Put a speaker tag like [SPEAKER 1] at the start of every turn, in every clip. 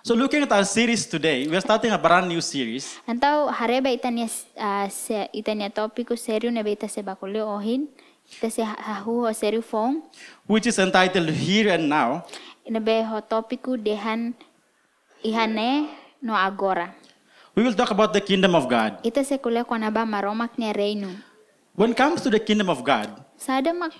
[SPEAKER 1] So looking at our series today, we are starting a brand new series.
[SPEAKER 2] Antaw hareba itania uh, se, itania topiku seriu nebe ita se bakulio ohin. Ita se hahuho seriu fong.
[SPEAKER 1] which is entitled Here and Now.
[SPEAKER 2] Nebe ho topiku dehan ihane no agora.
[SPEAKER 1] We will talk about the kingdom of God.
[SPEAKER 2] Ita se kulia kwa naba maromak ne reino.
[SPEAKER 1] When it comes to the kingdom of God,
[SPEAKER 2] Sada mak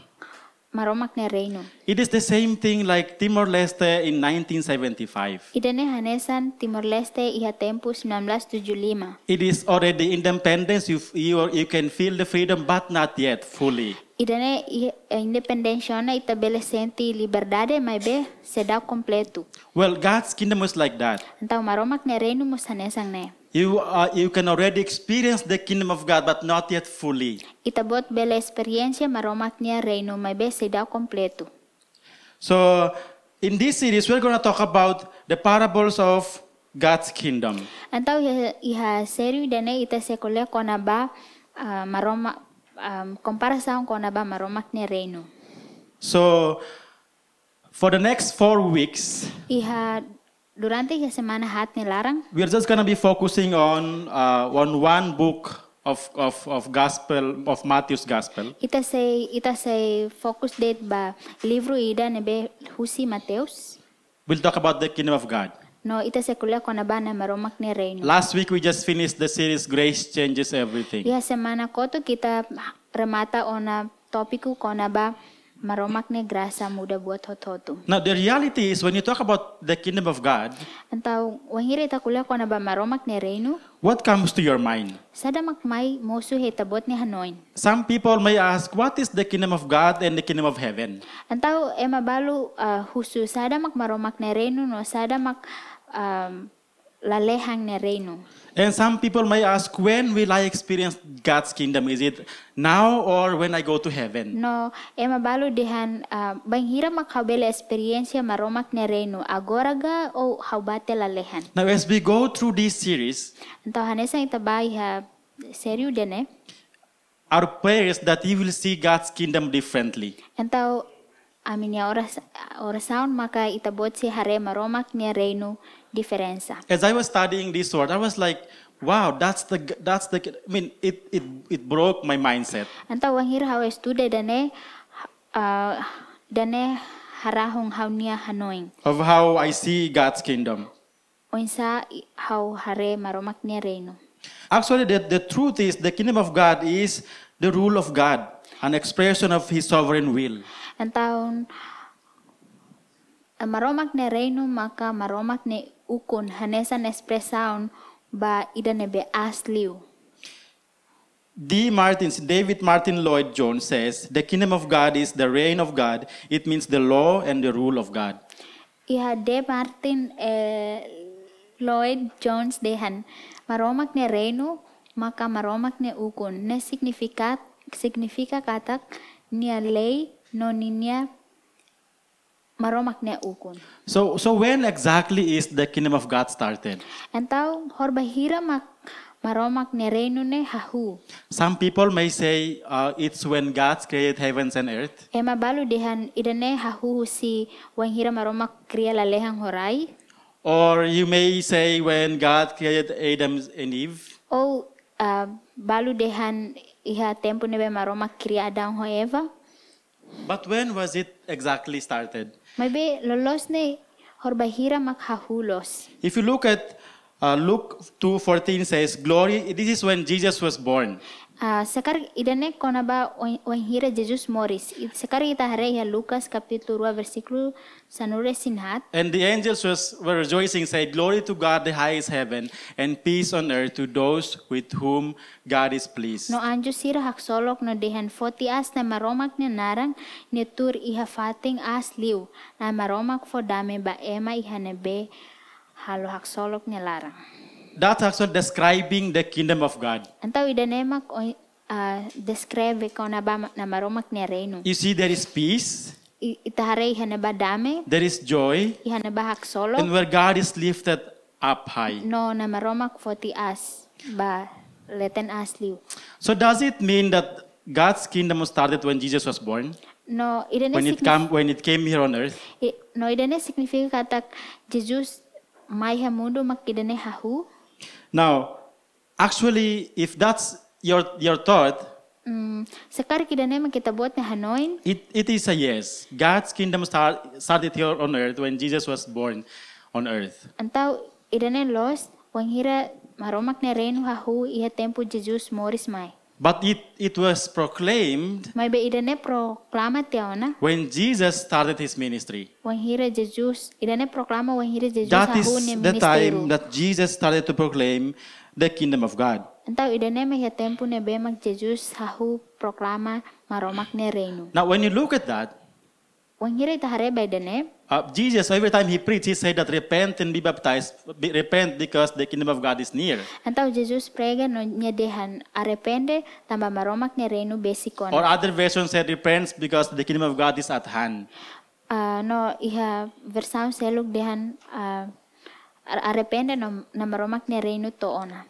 [SPEAKER 2] maromak ne reino.
[SPEAKER 1] it is the same thing like Timor Leste in 1975.
[SPEAKER 2] Idane hanesan Timor Leste iha tempu 1975.
[SPEAKER 1] It is already independence. You, f- you, are- you can feel the freedom, but not yet fully.
[SPEAKER 2] Idane eh, i- independencia na itabele senti liberdade maibe seda completo.
[SPEAKER 1] Well, God's kingdom is like that.
[SPEAKER 2] Antaw maromak ne reino musanesang ne.
[SPEAKER 1] You, are, you can already experience the kingdom of God, but not yet fully.
[SPEAKER 2] Itabot bela experiencia maromak niya reino may besida kompleto.
[SPEAKER 1] So, in this series, we're going to talk about the parables of God's kingdom.
[SPEAKER 2] Antaw iha, ya, iha serio dane ita sekole kona ba ah, maroma um, komparasaon kona ba maromak niya reino.
[SPEAKER 1] So, for the next four weeks,
[SPEAKER 2] Iha durante iha semana hat ni larang
[SPEAKER 1] we're just going to be focusing on uh, on one book of, of, of gospel of matthew's gospel
[SPEAKER 2] ita se ita se focus date ba livro ida nebe husi Mateus.
[SPEAKER 1] we'll talk about the kingdom of god
[SPEAKER 2] No ita sekole kona ba na maromak niya reino.
[SPEAKER 1] last week we just finished the series grace changes everything
[SPEAKER 2] Iha Iya, semana koto kita remata ona topiku kona ba maromak niya grasa muda buat hototu.
[SPEAKER 1] now the reality is when you talk about the kingdom of god
[SPEAKER 2] Antaw wangire ta kula ko na ba maromak ni Reino,
[SPEAKER 1] what comes to your mind
[SPEAKER 2] sada makmay mosu hetabot ni Hanoin.
[SPEAKER 1] some people may ask what is the kingdom of god and the kingdom of heaven
[SPEAKER 2] Antaw e mabalu ah, husu sada mak maromak ni Reino no sada mak um, lalehang ni Reino.
[SPEAKER 1] and some people may ask when will i experience god's kingdom is it now or when i go to heaven
[SPEAKER 2] No e mabalu dihan ah, banghira makabela experiencia maromak ni Reino agora ga o haubate lalehan.
[SPEAKER 1] now as we go through this series
[SPEAKER 2] Antaw hanesa itabay ha seryu dene.
[SPEAKER 1] Our prayer is that you will see God's kingdom differently.
[SPEAKER 2] Antaw amin ya oras orasaon maka itabot si hare maromak ni Reino diferensa.
[SPEAKER 1] As I was studying this word, I was like, wow, that's the, that's the, I mean, it, it, it broke my mindset.
[SPEAKER 2] Anta wangir hawa estude dane ah, dane harahong haunia hanoing.
[SPEAKER 1] Of how I see God's kingdom.
[SPEAKER 2] Oinsa i- hau hare maromak ni reino.
[SPEAKER 1] Actually, the, the truth is the kingdom of God is the rule of God, an expression of his sovereign will.
[SPEAKER 2] Antaon ah, maromak ni reino maka maromak ni ukun hanesan espresaon ba ida nebe asliu.
[SPEAKER 1] D. Martins, David Martin Lloyd Jones says, the kingdom of God is the reign of God. It means the law and the rule of God.
[SPEAKER 2] Iha de Iya, Martin eh, Lloyd Jones dehan maromak ni reino maka maromak ni ukun ne significat significa katak nia ley no ninia maromak ni ukun.
[SPEAKER 1] So, so when exactly is the kingdom of God started?
[SPEAKER 2] Entau horbahira mak maromak ni reino ne hahu.
[SPEAKER 1] Some people may say uh, it's when God created heavens and earth.
[SPEAKER 2] Ema balu dehan idane hahu si wanghira maromak kriya lalehang horai.
[SPEAKER 1] Or you may say when God created Adam and Eve.
[SPEAKER 2] O ah, balu dehan iha tempo nebe maromak kriya adang ho eva.
[SPEAKER 1] But when was it exactly started?
[SPEAKER 2] Maybe lolos ni horbahira makhahulos.
[SPEAKER 1] If you look at uh, Luke 2.14 says, Glory, this is when Jesus was born.
[SPEAKER 2] Ah, sekar idane konaba wanhira Jesus Morris. It- Sekar kita hare ya Lukas kapitulo 2 versículo sanure sinhat.
[SPEAKER 1] And the angels was, were rejoicing, saying, Glory to God, the highest heaven, and peace on earth to those with whom God is pleased.
[SPEAKER 2] No anjo sira haksolok no dehan foti as na maromak ni narang ni tur iha fating as liw na maromak fo dame ba ema iha nebe halo haksolok ni larang.
[SPEAKER 1] That's actually describing the kingdom of God.
[SPEAKER 2] Antaw idane mak oy- ah, describe konaba ma- na maromak ni reino.
[SPEAKER 1] You see, there is peace,
[SPEAKER 2] I- Itahare iha neba dame
[SPEAKER 1] there is joy,
[SPEAKER 2] iha neba haksolok.
[SPEAKER 1] and where God is lifted up high.
[SPEAKER 2] No, na maromak foti as ba leten asliu.
[SPEAKER 1] So does it mean that God's kingdom was started when Jesus was born?
[SPEAKER 2] No, idene
[SPEAKER 1] When it
[SPEAKER 2] signif-
[SPEAKER 1] come when it came here on earth?
[SPEAKER 2] i- no idene signifika katak Jesus maiha mundo makidene hahu.
[SPEAKER 1] Now, actually, if that's your, your thought,
[SPEAKER 2] Mm, sekar kidane makitabot ne hanoin.
[SPEAKER 1] it, it is a yes. God's kingdom start, started here on earth when Jesus was born on earth.
[SPEAKER 2] Antaw idane los wanghira maromak ne reino hahu iha tempo Jesus moris mai.
[SPEAKER 1] But it, it was proclaimed
[SPEAKER 2] Mai be idane proklama tiaona
[SPEAKER 1] when Jesus started his ministry.
[SPEAKER 2] wanghira Jesus idane proklama wanghira Jesus
[SPEAKER 1] That
[SPEAKER 2] hahu ne
[SPEAKER 1] is the time
[SPEAKER 2] ministeru.
[SPEAKER 1] that Jesus started to proclaim the kingdom of God.
[SPEAKER 2] Antaw idane maiha tempo ne bemak Jesus hahu proklama maromak ne reino.
[SPEAKER 1] Now, when you look at that,
[SPEAKER 2] Wanghira itahare ba idane
[SPEAKER 1] uh, Jesus, every time he preached, he said that repent and be baptized. Be, repent because the kingdom of God is near.
[SPEAKER 2] Antaw Jesus prega no nyedehan arepende tamba maromak ne reino besikon.
[SPEAKER 1] Or other version said repent because the kingdom of God is at hand.
[SPEAKER 2] Ah, no iha versão seluk dehan ah, ar- arrepende no namaromak ne reino to ona.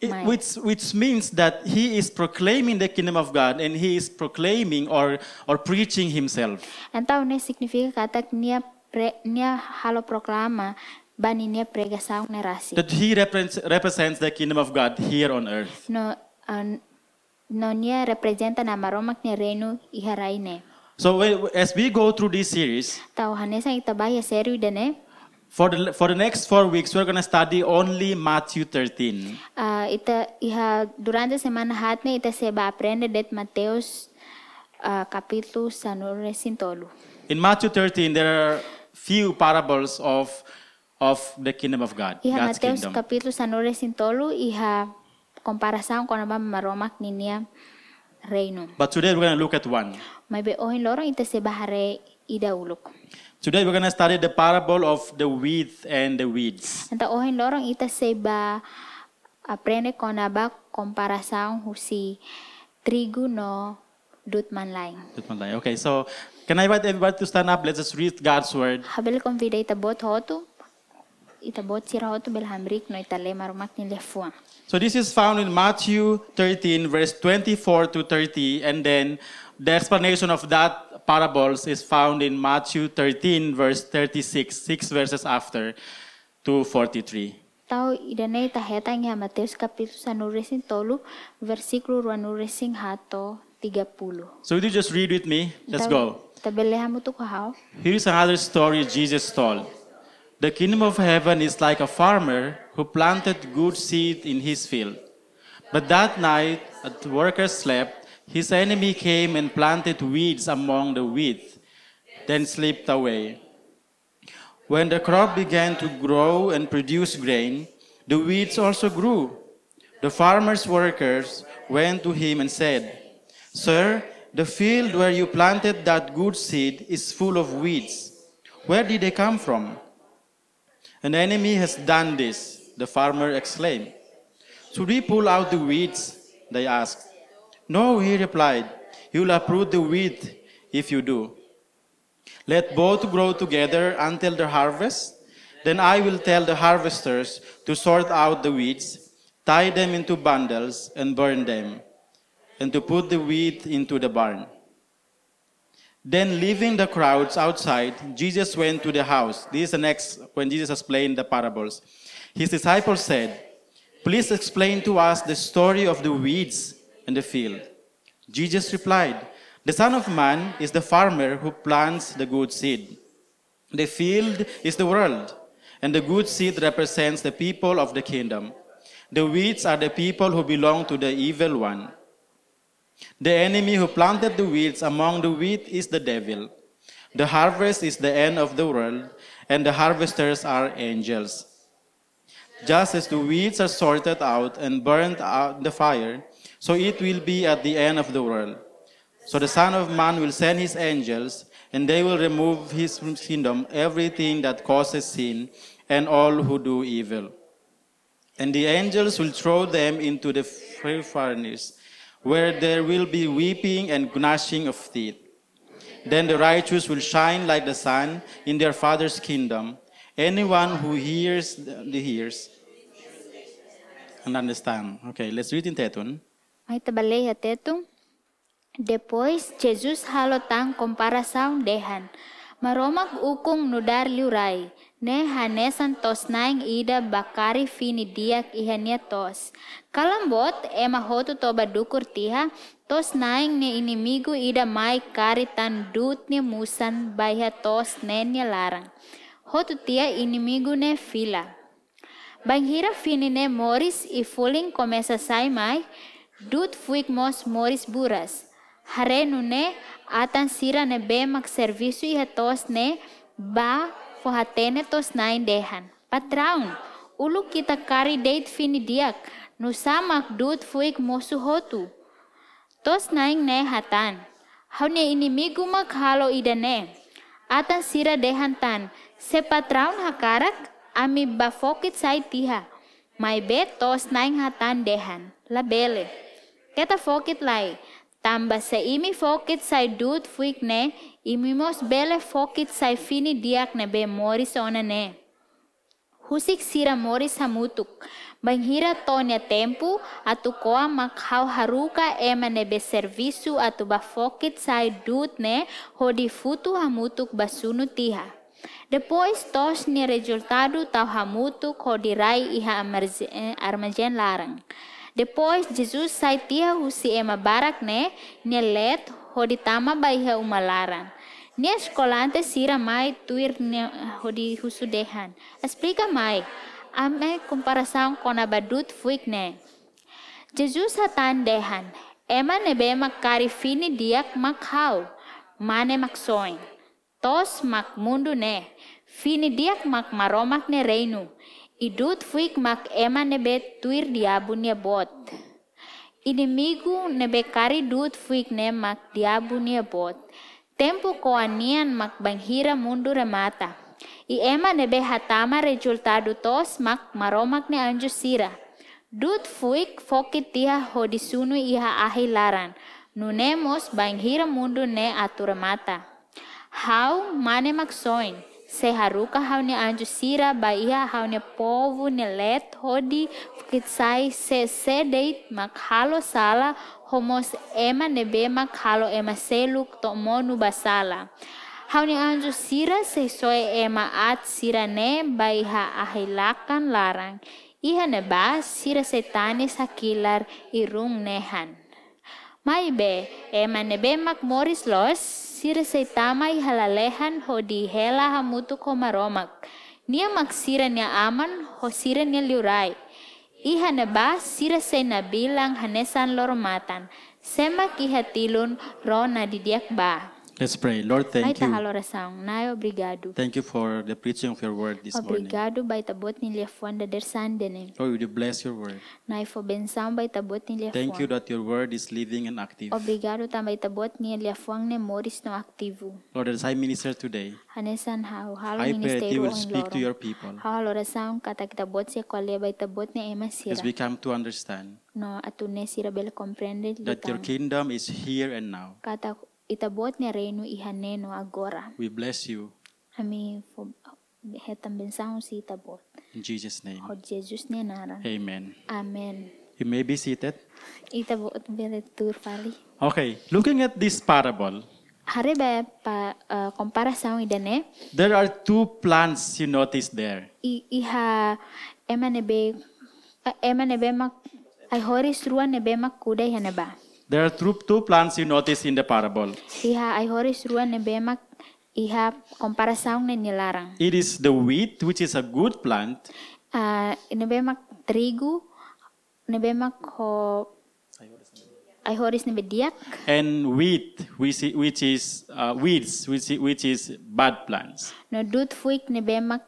[SPEAKER 1] It-
[SPEAKER 2] Right.
[SPEAKER 1] which, which means that he is proclaiming the kingdom of God and he is proclaiming or, or preaching himself.
[SPEAKER 2] Antau ne significa katak nia pre, nia halo proclama bani nia prega saung ne rasi.
[SPEAKER 1] That he represents, represents the kingdom of God here on earth.
[SPEAKER 2] No ah, no nia representa namaromak ne reino iha raine.
[SPEAKER 1] So when- as we go through this series,
[SPEAKER 2] Tau hanesa itabaya seru dene
[SPEAKER 1] for the, for the next four weeks, we're going to study only Matthew 13.
[SPEAKER 2] Ah, ita iha durante semana hatne ita seba aprende det Mateus ah, capítulo sanure sintolu.
[SPEAKER 1] In Matthew 13, there are few parables of, of the kingdom of God,
[SPEAKER 2] Iha
[SPEAKER 1] God's
[SPEAKER 2] Mateus
[SPEAKER 1] kingdom.
[SPEAKER 2] kapitulo sanure sintolu iha komparasaon kona ba maromak ninia reino.
[SPEAKER 1] But today we're going to look at one.
[SPEAKER 2] May be ohin lorong ita seba hare ida uluk.
[SPEAKER 1] Today we're going to study the parable of the wheat and the weeds.
[SPEAKER 2] Anta ohin lorong ita seba aprende kona ba komparasaon husi trigo no dutman lain.
[SPEAKER 1] Good one, Lai. Okay, so can I invite everybody to stand up? Let's just read God's word.
[SPEAKER 2] Habel kon vida ita bot hotu ita bot sira hotu bel hamrik no ita le maromak ni lefua.
[SPEAKER 1] So this is found in Matthew 13, verse 24 to 30, and then the explanation of that parables is found in Matthew 13, verse 36, six verses after to 43.
[SPEAKER 2] Tau idane ita heta ngi Mateus kapitulo sanuresin tolu versículo ruanuresin hato 30.
[SPEAKER 1] So would you just read with me? Let's go.
[SPEAKER 2] Tabele hamutu kahau.
[SPEAKER 1] Here is another story Jesus told. The kingdom of heaven is like a farmer who planted good seed in his field. But that night, as the workers slept, his enemy came and planted weeds among the wheat, then slipped away. When the crop began to grow and produce grain, the weeds also grew. The farmer's workers went to him and said, Sir, the field where you planted that good seed is full of weeds. Where did they come from? An enemy has done this, the farmer exclaimed. Should we pull out the weeds? They asked. No, he replied. You will uproot the wheat if you do. Let both grow together until the harvest. Then I will tell the harvesters to sort out the weeds, tie them into bundles, and burn them, and to put the wheat into the barn. Then, leaving the crowds outside, Jesus went to the house. This is the next when Jesus explained the parables. His disciples said, Please explain to us the story of the weeds in the field. Jesus replied, The Son of Man is the farmer who plants the good seed. The field is the world, and the good seed represents the people of the kingdom. The weeds are the people who belong to the evil one. The enemy who planted the weeds among the wheat is the devil. The harvest is the end of the world, and the harvesters are angels. Just as the weeds are sorted out and burned out in the fire, so it will be at the end of the world. So the Son of Man will send his angels, and they will remove his from his kingdom everything that causes sin and all who do evil. And the angels will throw them into the fire furnace, where there will be weeping and gnashing of teeth. Then the righteous will shine like the sun in their Father's kingdom. Anyone who hears the the hears and understand. Okay, let's read in Tetun.
[SPEAKER 2] Mai tabele ya tetu. Depois Jesus halo tang komparasaon dehan. Maromak ukung nudar liurai. Ne hanesan tos naing ida bakari fini diak ihania tos. Kalambot ema hotu toba dukur tiha, tos naing ne inimigo ida mai karitan dutne musan baiha tos nenya larang. Hotu tia inimigo ne fila. Banghira finine Morris e Fulling começa a sair mais, dut fuik mos Morris buras. Harenu ne atan sira ne bemak serviço e retos ne ba forratene tos nain dehan. Patraun, ulu kita kari date fini diak, no samak dut fuik mosu hotu. Tos naing ne hatan. Hau ne inimigo mak halo idane. Atan sira dehan tan. Se patraun hakarak, ami bafokit sai tiha. Mai be tos naing hatan dehan. Labele. Keta fokit lai. Tamba se imi fokit sai dut fuik ne, imi mos bele fokit sai fini diak ne be moris ona ne. Husik sira moris hamutuk. Banghira tonya tempo atu koa makhau haruka ema nebe servisu atu bafokit sai dut ne hodi futu hamutuk basunu tiha. Depois tos ni resultado tau hamutuk hodi rai iha amarze- eh, armajen larang. Depois Jesus sai tiha husi ema barak ne ne let hodi tama baiha uma larang. Nia escolante sira mai tuir ne hodi husu dehan. Explica mai. Ame comparação com a badut fuik ne. Jesus hatan dehan. Ema nebe makari fini diak makhau. Mane maksoin. Tos mak mundu ne. Fini diak mak maromak ne reinu. Idut fuik mak ema nebe tuir diabu ne bot. Inimigo nebekari dut fuik ne mak diabo nia bot. Tempo koanian mak banghira mundo remata. I ema nebe hatama resultado tos mak maromak ne anju sira. Dut fuik fokit tiha hodisunu iha ahi laran. Nunemos banghira mundo ne aturamata. Hau mane mak soin. Se haruka hau ne anju sira ba iha hau ne povo ne let hodi fukitsai se se deit mak halo sala homos ema nebe mak halo ema seluk to monu basala. Hau ne anju sira se soe ema at sira ne ba iha ahilakan larang. Iha ne ba sira se tane sakilar irung nehan. Maibe, emanebe makmoris los, sira say tamay halalehan ho di hela hamutu ko maromak. Niya maksira niya aman ho sira niya liuray. Iha na ba sira say nabilang hanesan loromatan. Semak ihatilun ro na didiak ba.
[SPEAKER 1] Let's pray. Lord,
[SPEAKER 2] Ay
[SPEAKER 1] thank you.
[SPEAKER 2] tahalorasang, na obrigado.
[SPEAKER 1] Thank you for the preaching of your word this morning.
[SPEAKER 2] Obrigado baitabot ni Lefuan da dersandene.
[SPEAKER 1] Lord, would you bless your word?
[SPEAKER 2] Na ifobensang baitabot ni
[SPEAKER 1] Thank you
[SPEAKER 2] Lefuan.
[SPEAKER 1] that your word is living and active.
[SPEAKER 2] Obrigado também tabot ni Lefuan ne moris no aktivo.
[SPEAKER 1] Lord, as I minister today,
[SPEAKER 2] Hanesan hau halo
[SPEAKER 1] I pray that you
[SPEAKER 2] ministerio
[SPEAKER 1] will
[SPEAKER 2] ang
[SPEAKER 1] speak to your
[SPEAKER 2] loro.
[SPEAKER 1] people
[SPEAKER 2] Hau halo rasaun kata kita bot siya kualia bai tabot ni ema sira.
[SPEAKER 1] as we come to understand
[SPEAKER 2] No atune sira bel comprende
[SPEAKER 1] that your
[SPEAKER 2] litang.
[SPEAKER 1] kingdom is here and now.
[SPEAKER 2] Kata itabot ni reino ihaneno agora.
[SPEAKER 1] We bless you
[SPEAKER 2] Ami fo hetam bensaun si itabot.
[SPEAKER 1] in Jesus' name.
[SPEAKER 2] Ho Jesus ni naran.
[SPEAKER 1] Amen.
[SPEAKER 2] Amen.
[SPEAKER 1] You may be seated.
[SPEAKER 2] Itabot bele tur fali.
[SPEAKER 1] Okay, looking at this parable,
[SPEAKER 2] Hari ba pa uh, komparasaun idane.
[SPEAKER 1] there are two plants you notice there.
[SPEAKER 2] I, iha ema nebe eh, ema nebe mak ai horis ruan nebe mak kuda ihaneba.
[SPEAKER 1] There are two, two plants you notice in the parable.
[SPEAKER 2] Iha ay horis ruan ne bemak iha komparasaung ne nilarang.
[SPEAKER 1] It is the wheat, which is a good plant.
[SPEAKER 2] Ah, ne bemak terigu ne bemak ho ay horis ne bediak
[SPEAKER 1] and wheat, which i- which is uh, weeds, which i- which is bad plants.
[SPEAKER 2] no dut fuik ne bemak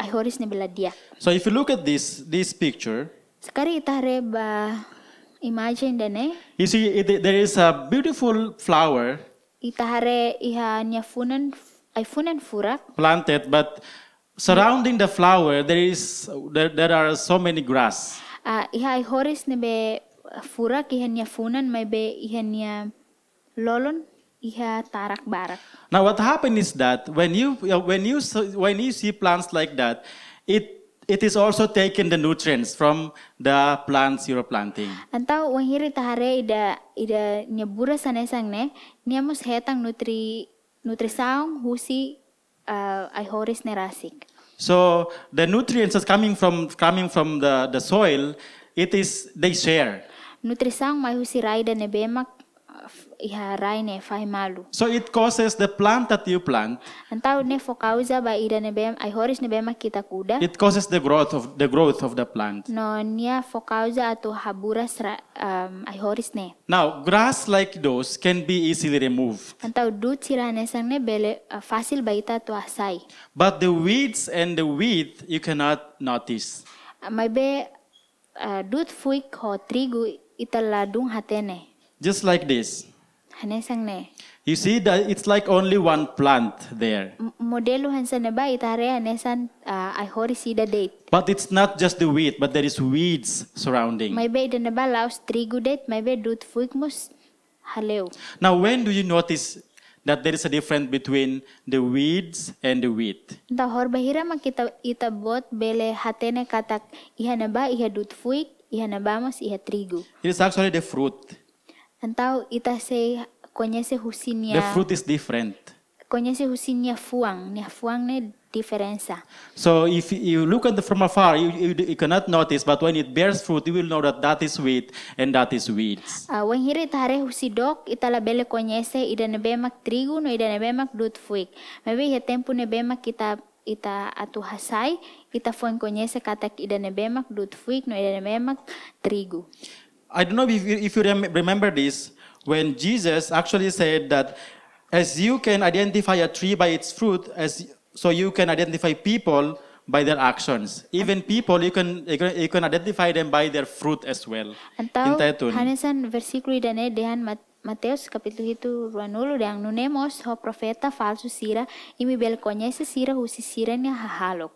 [SPEAKER 2] ay horis ne beladiak.
[SPEAKER 1] So if you look at this this picture,
[SPEAKER 2] Sekari itare ba imagine dene
[SPEAKER 1] you see it, there is a beautiful flower
[SPEAKER 2] itahare iha nya funan ay funan furak
[SPEAKER 1] planted, but surrounding the flower there is there, there are so many grass.
[SPEAKER 2] Ah, iha ay horis ne be furak iha nya funan may be iha nya lolon iha tarak barak.
[SPEAKER 1] Now what happened is that when you when you s- when you see plants like that, it it is also taking the nutrients from the plants you're planting.
[SPEAKER 2] Antau wahiri tahare ida ida nyebura sanesang ne niamus hetang nutri nutrisaung husi ah, ai eh, horis nerasik.
[SPEAKER 1] So the nutrients that's coming from coming from the, the soil, it is they share.
[SPEAKER 2] Nutrição mai husi raida ne bemak f- eh, iha rai ne fai malu.
[SPEAKER 1] So it causes the plant that you plant,
[SPEAKER 2] Antau ne fo causa ba ida ne bem ai horis ne bemak kita kuda.
[SPEAKER 1] it causes the growth of the growth of the plant.
[SPEAKER 2] No nia fo causa atu haburas ra, um, ai horis ne.
[SPEAKER 1] Now grass like those can be easily removed,
[SPEAKER 2] Antau dut sira ne sang ne bele uh, fasil ba ita tu asai.
[SPEAKER 1] but the weeds and the wheat you cannot notice.
[SPEAKER 2] Mai be uh, dut fuik ho trigu ita ladung hatene.
[SPEAKER 1] Just like this,
[SPEAKER 2] Hane sang ne.
[SPEAKER 1] you see that it's like only one plant there,
[SPEAKER 2] M- Modelu hansa ne ba ita rea ne san uh, ai horis ida date.
[SPEAKER 1] but it's not just the wheat, but there is weeds surrounding.
[SPEAKER 2] Maybe den ba laus trigu det, maybe dut fuikmus haleu.
[SPEAKER 1] Now, when do you notice that there is a difference between the weeds and the wheat?
[SPEAKER 2] Nta hor bahira ma kita ita bot bele hatene katak iha na ba iha dut fuik, iha na ba mas iha trigu.
[SPEAKER 1] It is actually the fruit.
[SPEAKER 2] Antau ita se konyese husinia,
[SPEAKER 1] The fruit is different.
[SPEAKER 2] konyese husinia fuang, nia fuang ne diferensa.
[SPEAKER 1] So if you look at the, from afar, you, you, you cannot notice, but when it bears fruit, you will know that that is wheat and that is weeds.
[SPEAKER 2] Uh, wen hiri ita hare husidok, ita la bele konyese ida na bemak trigu no ida na bemak dut fuik. Maybe iha tempu na bemak kita ita atu hasai, ita fuang konyese katak ida na bemak dut fuik no ida na bemak trigu.
[SPEAKER 1] I don't know if you, if you rem- remember this, when Jesus actually said that as you can identify a tree by its fruit, as so you can identify people by their actions. Even people, you can, you can, you can identify them by their fruit as well.
[SPEAKER 2] Antau
[SPEAKER 1] Intaiton.
[SPEAKER 2] hanesan versículo idane dehan Mat- Mateus capítulo itu ruanulu deang nunemos ho profeta falso sira imi bel conhece sira husi sira nia hahalok.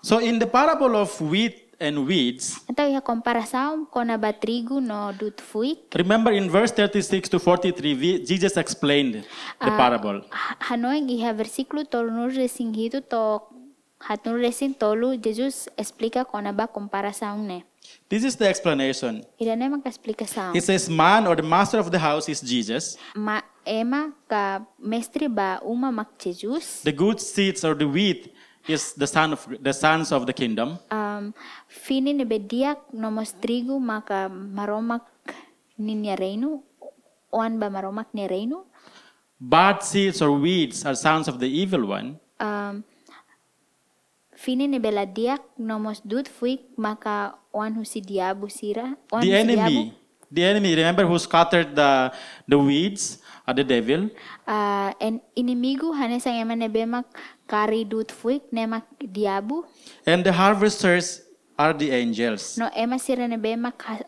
[SPEAKER 1] So in the parable of wheat and weeds,
[SPEAKER 2] Antau iha comparação com a batrigo no dut fuik
[SPEAKER 1] Remember in verse 36 to 43, we- Jesus explained the parable.
[SPEAKER 2] ha- hanoeng iha versículo tolnur resing hitu to hatnur resing tolu Jesus explica com a ba comparação ne.
[SPEAKER 1] This is the explanation.
[SPEAKER 2] Idane maka explicação.
[SPEAKER 1] It says, Man or the master of the house is Jesus.
[SPEAKER 2] Ma ema ka mestre ba uma mak Jesus.
[SPEAKER 1] The good seeds or the wheat is the, son of, the sons of the kingdom.
[SPEAKER 2] um, fini ni bediak nomos trigu maka maromak ninya reinu oan ba maromak ni reinu
[SPEAKER 1] Bad seeds or weeds are sons of the evil one.
[SPEAKER 2] um, fini ni beladiak nomos dut fuik maka oan husi diabu sira oan
[SPEAKER 1] The
[SPEAKER 2] husi
[SPEAKER 1] enemy, the enemy, remember who scattered the, the weeds are the devil.
[SPEAKER 2] uh, en inimigu hanesang eman nebemak kari dut fuik nemak diabu
[SPEAKER 1] And the harvesters are the angels.
[SPEAKER 2] no ema sira nebemak ha-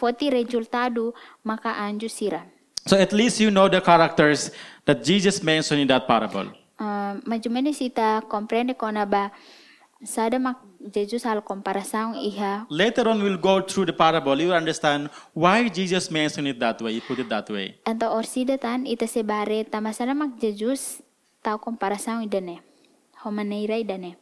[SPEAKER 2] foti resultadu maka anju sira
[SPEAKER 1] So at least you know the characters that Jesus mentioned in that parable.
[SPEAKER 2] Ah, mas ou menos ita compreende quando ba sada mak Jesus al comparação iha
[SPEAKER 1] Later on, we'll go through the parable. You'll understand why Jesus mentioned it that way. He put it that way.
[SPEAKER 2] anto orsida tan ita sebare tama sada mak Jesus tau comparação idane ho maneira idane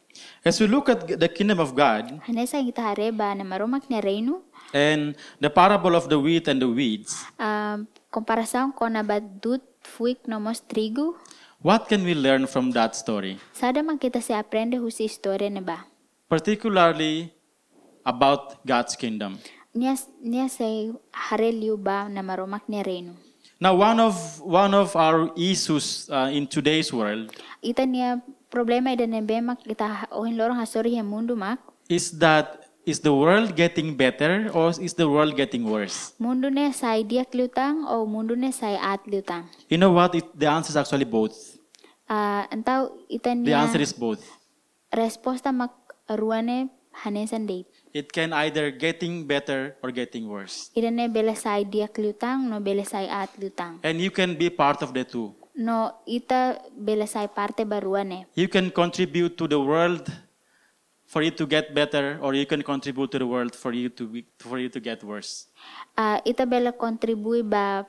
[SPEAKER 1] As we look at the kingdom of God
[SPEAKER 2] hanesa ita hare ba na maromak ne reino
[SPEAKER 1] and the parable of the wheat and the weeds,
[SPEAKER 2] ah, comparação quando ba dut fuik nomos trigo
[SPEAKER 1] what can we learn from that story?
[SPEAKER 2] sada mak kita se aprende husi história ne ba
[SPEAKER 1] Particularly about God's kingdom.
[SPEAKER 2] nia nia se hare liu ba na maromak ne reino
[SPEAKER 1] Now, one of, one of our issues uh, in today's world
[SPEAKER 2] Ita niya problema ida nebe mak ita ohin lorong hasori he mundu mak.
[SPEAKER 1] is that is the world getting better or is the world getting worse?
[SPEAKER 2] Mundu ne sai diak liutang o mundu ne sai at liutang.
[SPEAKER 1] You know what? It, the answer is actually both.
[SPEAKER 2] Ah, entau ita
[SPEAKER 1] The
[SPEAKER 2] niya
[SPEAKER 1] answer is both.
[SPEAKER 2] resposta mak ruane hanesan deit.
[SPEAKER 1] It can either getting better or getting worse.
[SPEAKER 2] Ida ne bele sai diak liutang no bele sai at liutang.
[SPEAKER 1] And you can be part of the two.
[SPEAKER 2] No ita bele sai parte baruane.
[SPEAKER 1] You can contribute to the world for it to get better, or you can contribute to the world for you to be, for you to get worse.
[SPEAKER 2] Ah, ita bele kontribui ba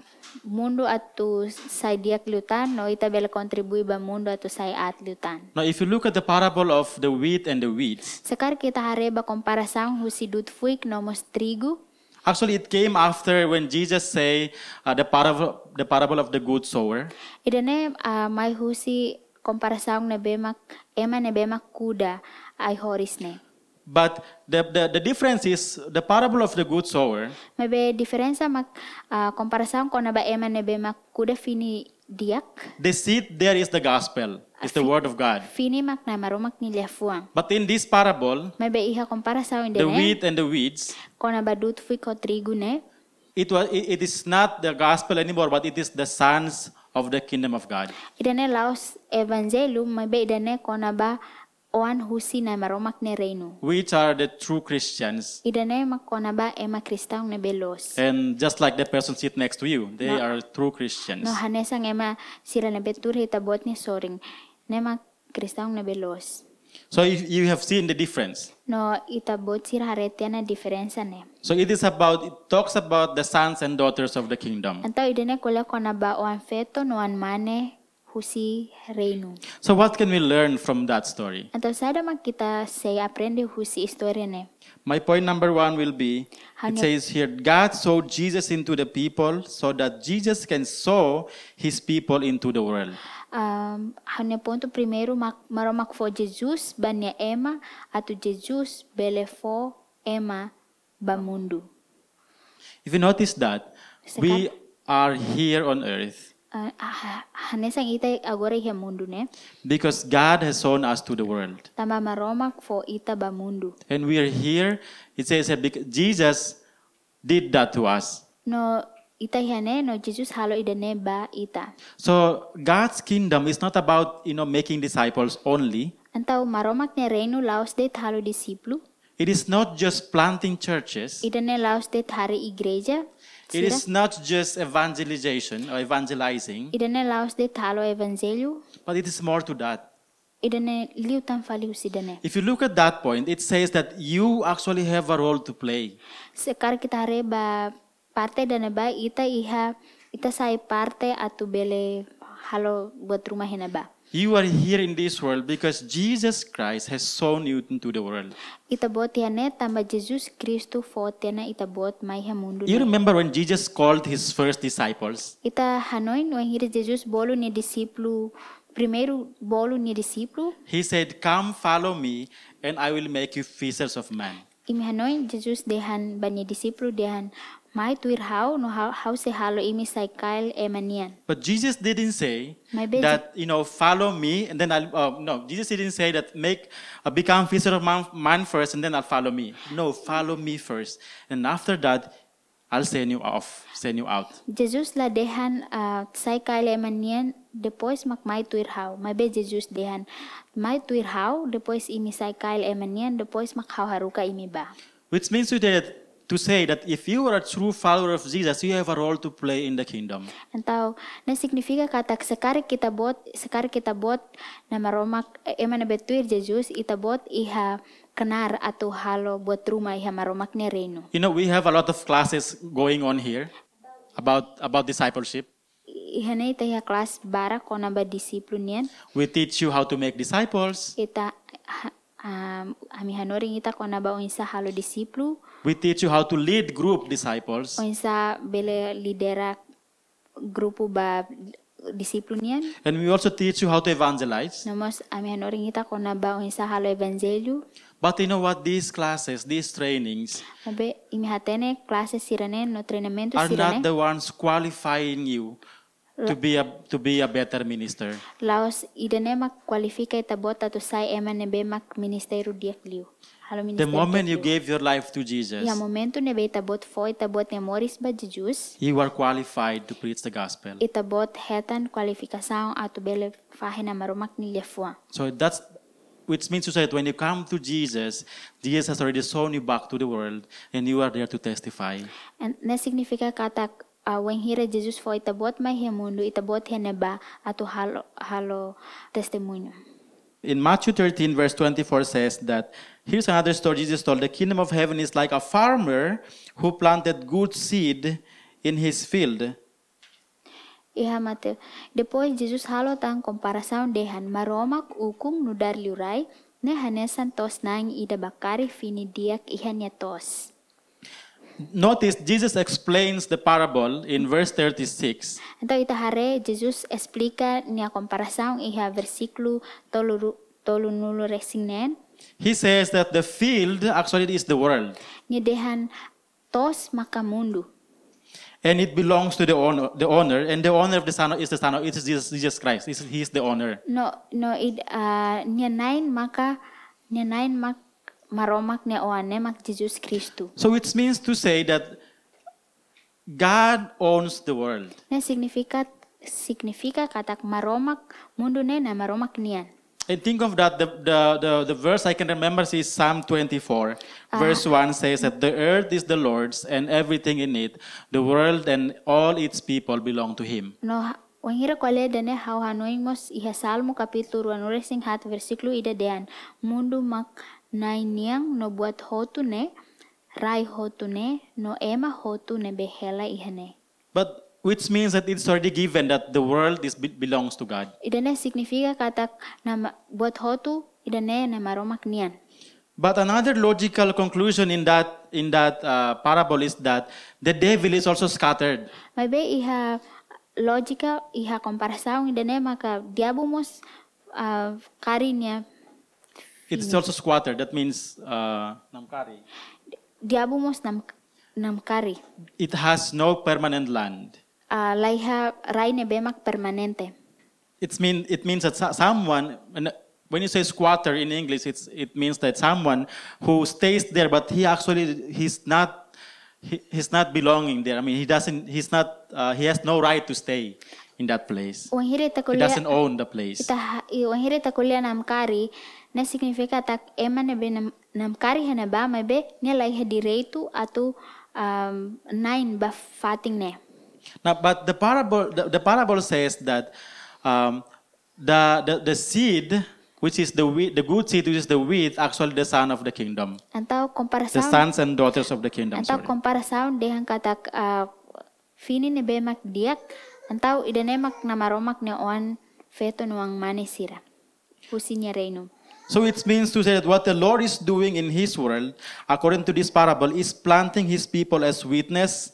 [SPEAKER 2] mundu atu sai diak liutan no ita bele kontribui ba mundu atu sai at liutan.
[SPEAKER 1] Now, if you look at the parable of the wheat and the weeds,
[SPEAKER 2] Sekar kita hareba komparação husi dut fuik nomos trigo.
[SPEAKER 1] actually it came after when Jesus say uh, the parable the parable of the good sower.
[SPEAKER 2] Idane ah, mai husi komparação nebemak ema nebemak kuda. ai horisne.
[SPEAKER 1] But the, the, the difference is the parable of the good sower,
[SPEAKER 2] Mebe diferensa mak ah, comparação com naba ema nebe mak kuda fini diak,
[SPEAKER 1] the seed there is the gospel, is the word of God.
[SPEAKER 2] fini mak na maromak ni lefuang.
[SPEAKER 1] But in this parable,
[SPEAKER 2] Mebe iha comparação
[SPEAKER 1] the
[SPEAKER 2] indene
[SPEAKER 1] wheat and the weeds,
[SPEAKER 2] com naba dut fui ko trigo ne,
[SPEAKER 1] it, was, it, it is not the gospel anymore, but it is the sons of the kingdom of God.
[SPEAKER 2] idene laos evangelum mebe idene com naba oan husi na maromak ne reino.
[SPEAKER 1] Which are the true Christians.
[SPEAKER 2] Idene mak com naba ema kristang nebe los.
[SPEAKER 1] And just like the person sit next to you, they are true Christians.
[SPEAKER 2] No hanesang ema sira nebe turhi tabot ni soring, nema kristang nebe los.
[SPEAKER 1] So you, you have seen the difference.
[SPEAKER 2] No itabot sira haretiana diferensa ne.
[SPEAKER 1] So it is about, it talks about the sons and daughters of the kingdom.
[SPEAKER 2] Antaw idene kole kona ba oan feto no an mane husi reino.
[SPEAKER 1] So what can we learn from that story?
[SPEAKER 2] Antaw sada mak kita say aprende husi historia ne.
[SPEAKER 1] My point number one will be it
[SPEAKER 2] Hanya-
[SPEAKER 1] says here, God sowed Jesus into the people so that Jesus can sow his people into the world.
[SPEAKER 2] Um, hanya ponto primeiro mak maromak fo Jesus banya ema atu Jesus bele fo ema bamundu.
[SPEAKER 1] If you notice that, we are here on earth
[SPEAKER 2] Uh, ah- hanesang ita agora ia mundu ne.
[SPEAKER 1] because God has sown us to the world.
[SPEAKER 2] Tamba maromak fo ita bamundu.
[SPEAKER 1] And we are here, it says that bec- Jesus did that to us.
[SPEAKER 2] No ita hane no Jesus halo idene ba ita.
[SPEAKER 1] So God's kingdom is not about you know making disciples only.
[SPEAKER 2] Antaw maromak ne reino laos de halo disiplu.
[SPEAKER 1] It is not just planting churches.
[SPEAKER 2] Idene laos de tare igreja.
[SPEAKER 1] It is not just evangelization or evangelizing,
[SPEAKER 2] Idene laos de talo evangelho.
[SPEAKER 1] but it is more to that.
[SPEAKER 2] Idene liu tan faliu sidene.
[SPEAKER 1] If you look at that point, it says that you actually have a role to play.
[SPEAKER 2] Sekar kita hare ba parte dane ba ita iha ita sai parte atu bele halo buat rumah hena ba.
[SPEAKER 1] You are here in this world because Jesus Christ has sown you into the world.
[SPEAKER 2] Ita bot yane tamba Jesus Kristu fot yana ita bot mai ha mundu.
[SPEAKER 1] You remember when Jesus called his first disciples?
[SPEAKER 2] Ita hanoi no hire Jesus bolu ni disiplu primeiro bolu ni disiplu
[SPEAKER 1] He said, Come, follow me, and I will make you fishers of men.
[SPEAKER 2] Imi hanoi Jesus dehan bani disiplu dehan mai tuir hau no hau, hau se halo imi sai kail e emanian.
[SPEAKER 1] But Jesus didn't say
[SPEAKER 2] My basic-
[SPEAKER 1] that you know follow me and then I'll uh, no Jesus didn't say that make uh, become fisher of man, man first and then I'll follow me. No, follow me first and after that I'll send you off, send you out.
[SPEAKER 2] Jesus la dehan uh, sai kail emanian depois mak mai tuir hau. Mai be Jesus dehan mai tuir hau depois imi sai kail emanian depois mak hau haruka imi ba.
[SPEAKER 1] Which means today that to say that if you are a true follower of Jesus, you have a role to play in the kingdom.
[SPEAKER 2] Antau na significa katak sekar kita bot sekar kita bot na maromak eh, ema na betuir Jesus ita bot iha kenar atau halo buat rumah iha maromak ne reino.
[SPEAKER 1] You know, we have a lot of classes going on here about about discipleship.
[SPEAKER 2] Ihana ita ya kelas bara kona ba disiplin yan.
[SPEAKER 1] We teach you how to make disciples.
[SPEAKER 2] Ita ha- um, ami hanoring ita kona ba unsa halo disiplu,
[SPEAKER 1] We teach you how to lead group disciples.
[SPEAKER 2] unsa bele Oh, lidera grupo ba disiplin yan.
[SPEAKER 1] And we also teach you how to evangelize.
[SPEAKER 2] Nomos ami hanoring ita kona ba unsa halo evangelio.
[SPEAKER 1] But you know what? These classes, these trainings
[SPEAKER 2] Mabe imi hatene klase sirane no treinamento
[SPEAKER 1] are not
[SPEAKER 2] sirane.
[SPEAKER 1] the ones qualifying you to be a to be a better minister.
[SPEAKER 2] Laos idene mak kualifika ita bota to sai MNB mak ministeru diak liu. Halo
[SPEAKER 1] The
[SPEAKER 2] ministeru
[SPEAKER 1] moment you
[SPEAKER 2] diak liu.
[SPEAKER 1] gave your life to Jesus,
[SPEAKER 2] Ya momento nebe ita bot foi ita bot memoris ba Jesus.
[SPEAKER 1] you are qualified to preach the gospel.
[SPEAKER 2] itabot hetan kualifikasaon atu bele fahina marumak ni lefua.
[SPEAKER 1] So that's which means to say that when you come to Jesus, Jesus has already sown you back to the world, and you are there to testify.
[SPEAKER 2] And na signifika katak uh, when hira Jesus fo itabot mai he mundu itabot he neba atu halo halo testemunyo.
[SPEAKER 1] In Matthew 13, verse 24 says that here's another story Jesus told the kingdom of heaven is like a farmer who planted good seed in his field.
[SPEAKER 2] Iha mate. Depois Jesus halo tang komparasaon dehan maromak ukung nudar liurai ne hanesan tos nang ida bakari fini diak ihan ya tos.
[SPEAKER 1] Notice Jesus explains the parable in verse 36.
[SPEAKER 2] Então ita hare Jesus explica nia komparasaon iha versículo toluru tolu nulo resinen
[SPEAKER 1] He says that the field actually is the world
[SPEAKER 2] Nyedehan tos maka mundu.
[SPEAKER 1] and it belongs to the owner, the owner and the owner of the son of- is the son of it is Jesus, Jesus Christ. It's- He is the owner.
[SPEAKER 2] No no id uh, nyenain maka nyenain mak maromak ne oane mak Jesus Kristu.
[SPEAKER 1] So it means to say that God owns the world.
[SPEAKER 2] Ne signifikat signifika katak maromak mundu ne na maromak nian.
[SPEAKER 1] And think of that. The, the, the, the verse I can remember is Psalm 24, verse 1 says that the earth is the Lord's and everything in it, the world and all its people belong to Him.
[SPEAKER 2] No wangira kole dene hau hanoing mos iha salmo kapitulu anure sing hat versiklu ida dean mundu mak nainiang no buat hotu ne rai hotu ne no ema hotu ne behela ihane.
[SPEAKER 1] But which means that it's already given that the world is, be- belongs to God.
[SPEAKER 2] Idane signifika katak nama buat hotu idane nama romak nian.
[SPEAKER 1] But another logical conclusion in that, in that uh, parable is that the devil is also scattered.
[SPEAKER 2] Mabe iha logika iha komparasaung idane maka diabu mos uh, karinya
[SPEAKER 1] It's also squattered. That means uh, namkari.
[SPEAKER 2] diabu mos nam nam kari.
[SPEAKER 1] it has no permanent land.
[SPEAKER 2] Uh, laiha raine bemak permanente.
[SPEAKER 1] It's mean, it means that so- someone, and when you say squatter in English, it's, it means that someone who stays there, but he actually, he's not, he, he's not belonging there. I mean, he doesn't, he's not, uh, he has no right to stay in that place.
[SPEAKER 2] Wangire
[SPEAKER 1] He
[SPEAKER 2] takulia
[SPEAKER 1] doesn't own the place.
[SPEAKER 2] ita wangire takulia nam kari na signifika tak ema ne be nam, nam kari hana ba mabe ne laiha direitu atu um, nine ba fating ne.
[SPEAKER 1] Now, but the parable, the, the parable says that um, the, the, the seed, which is the wheat, the good seed, which is the wheat, actually the son of the kingdom.
[SPEAKER 2] Antau
[SPEAKER 1] The
[SPEAKER 2] komparasaun
[SPEAKER 1] sons and daughters of the kingdom.
[SPEAKER 2] antau
[SPEAKER 1] sorry.
[SPEAKER 2] komparasaun dehang katak ah, fini ne bemak diak antau idenemak namaromak ne oan feto nuang manisira. Husinya reino.
[SPEAKER 1] So it means to say that what the Lord is doing in His world, according to this parable, is planting His people as witness,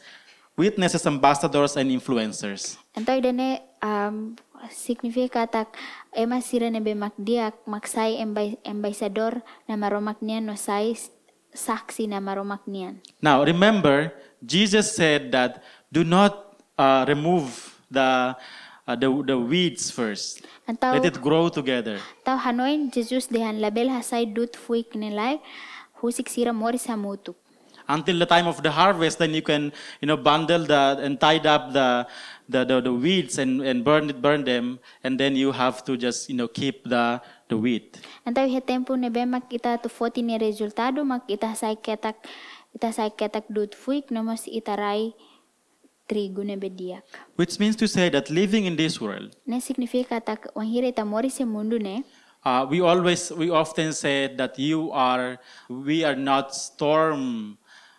[SPEAKER 1] witnesses, ambassadors, and influencers.
[SPEAKER 2] Antau idene um, signifika katak ema sira ne bemak diak maksai embai embaisador namaromak nian no sai s- saksi namaromak nian.
[SPEAKER 1] Now remember, Jesus said that do not uh, remove the, uh, the the weeds first.
[SPEAKER 2] Antau
[SPEAKER 1] Let it grow together.
[SPEAKER 2] Tau hanoin Jesus dehan label hasai dut fuik nilai husik sira moris hamutuk.
[SPEAKER 1] Until the time of the harvest, then you can you know bundle the and tie up the the, the, the weeds and, and burn it, burn them, and then you have to just you know keep the the wheat.
[SPEAKER 2] Antau he tempo nebe mak ita tu foti ni resultado mak ita sai ketak ita sai ketak dut fuik nomos ita rai trigo nebe diak.
[SPEAKER 1] Which means to say that living in this world,
[SPEAKER 2] Ne signifika tak wangire ita moris se mundu ne
[SPEAKER 1] uh, we always, we often say that you are, we are not storm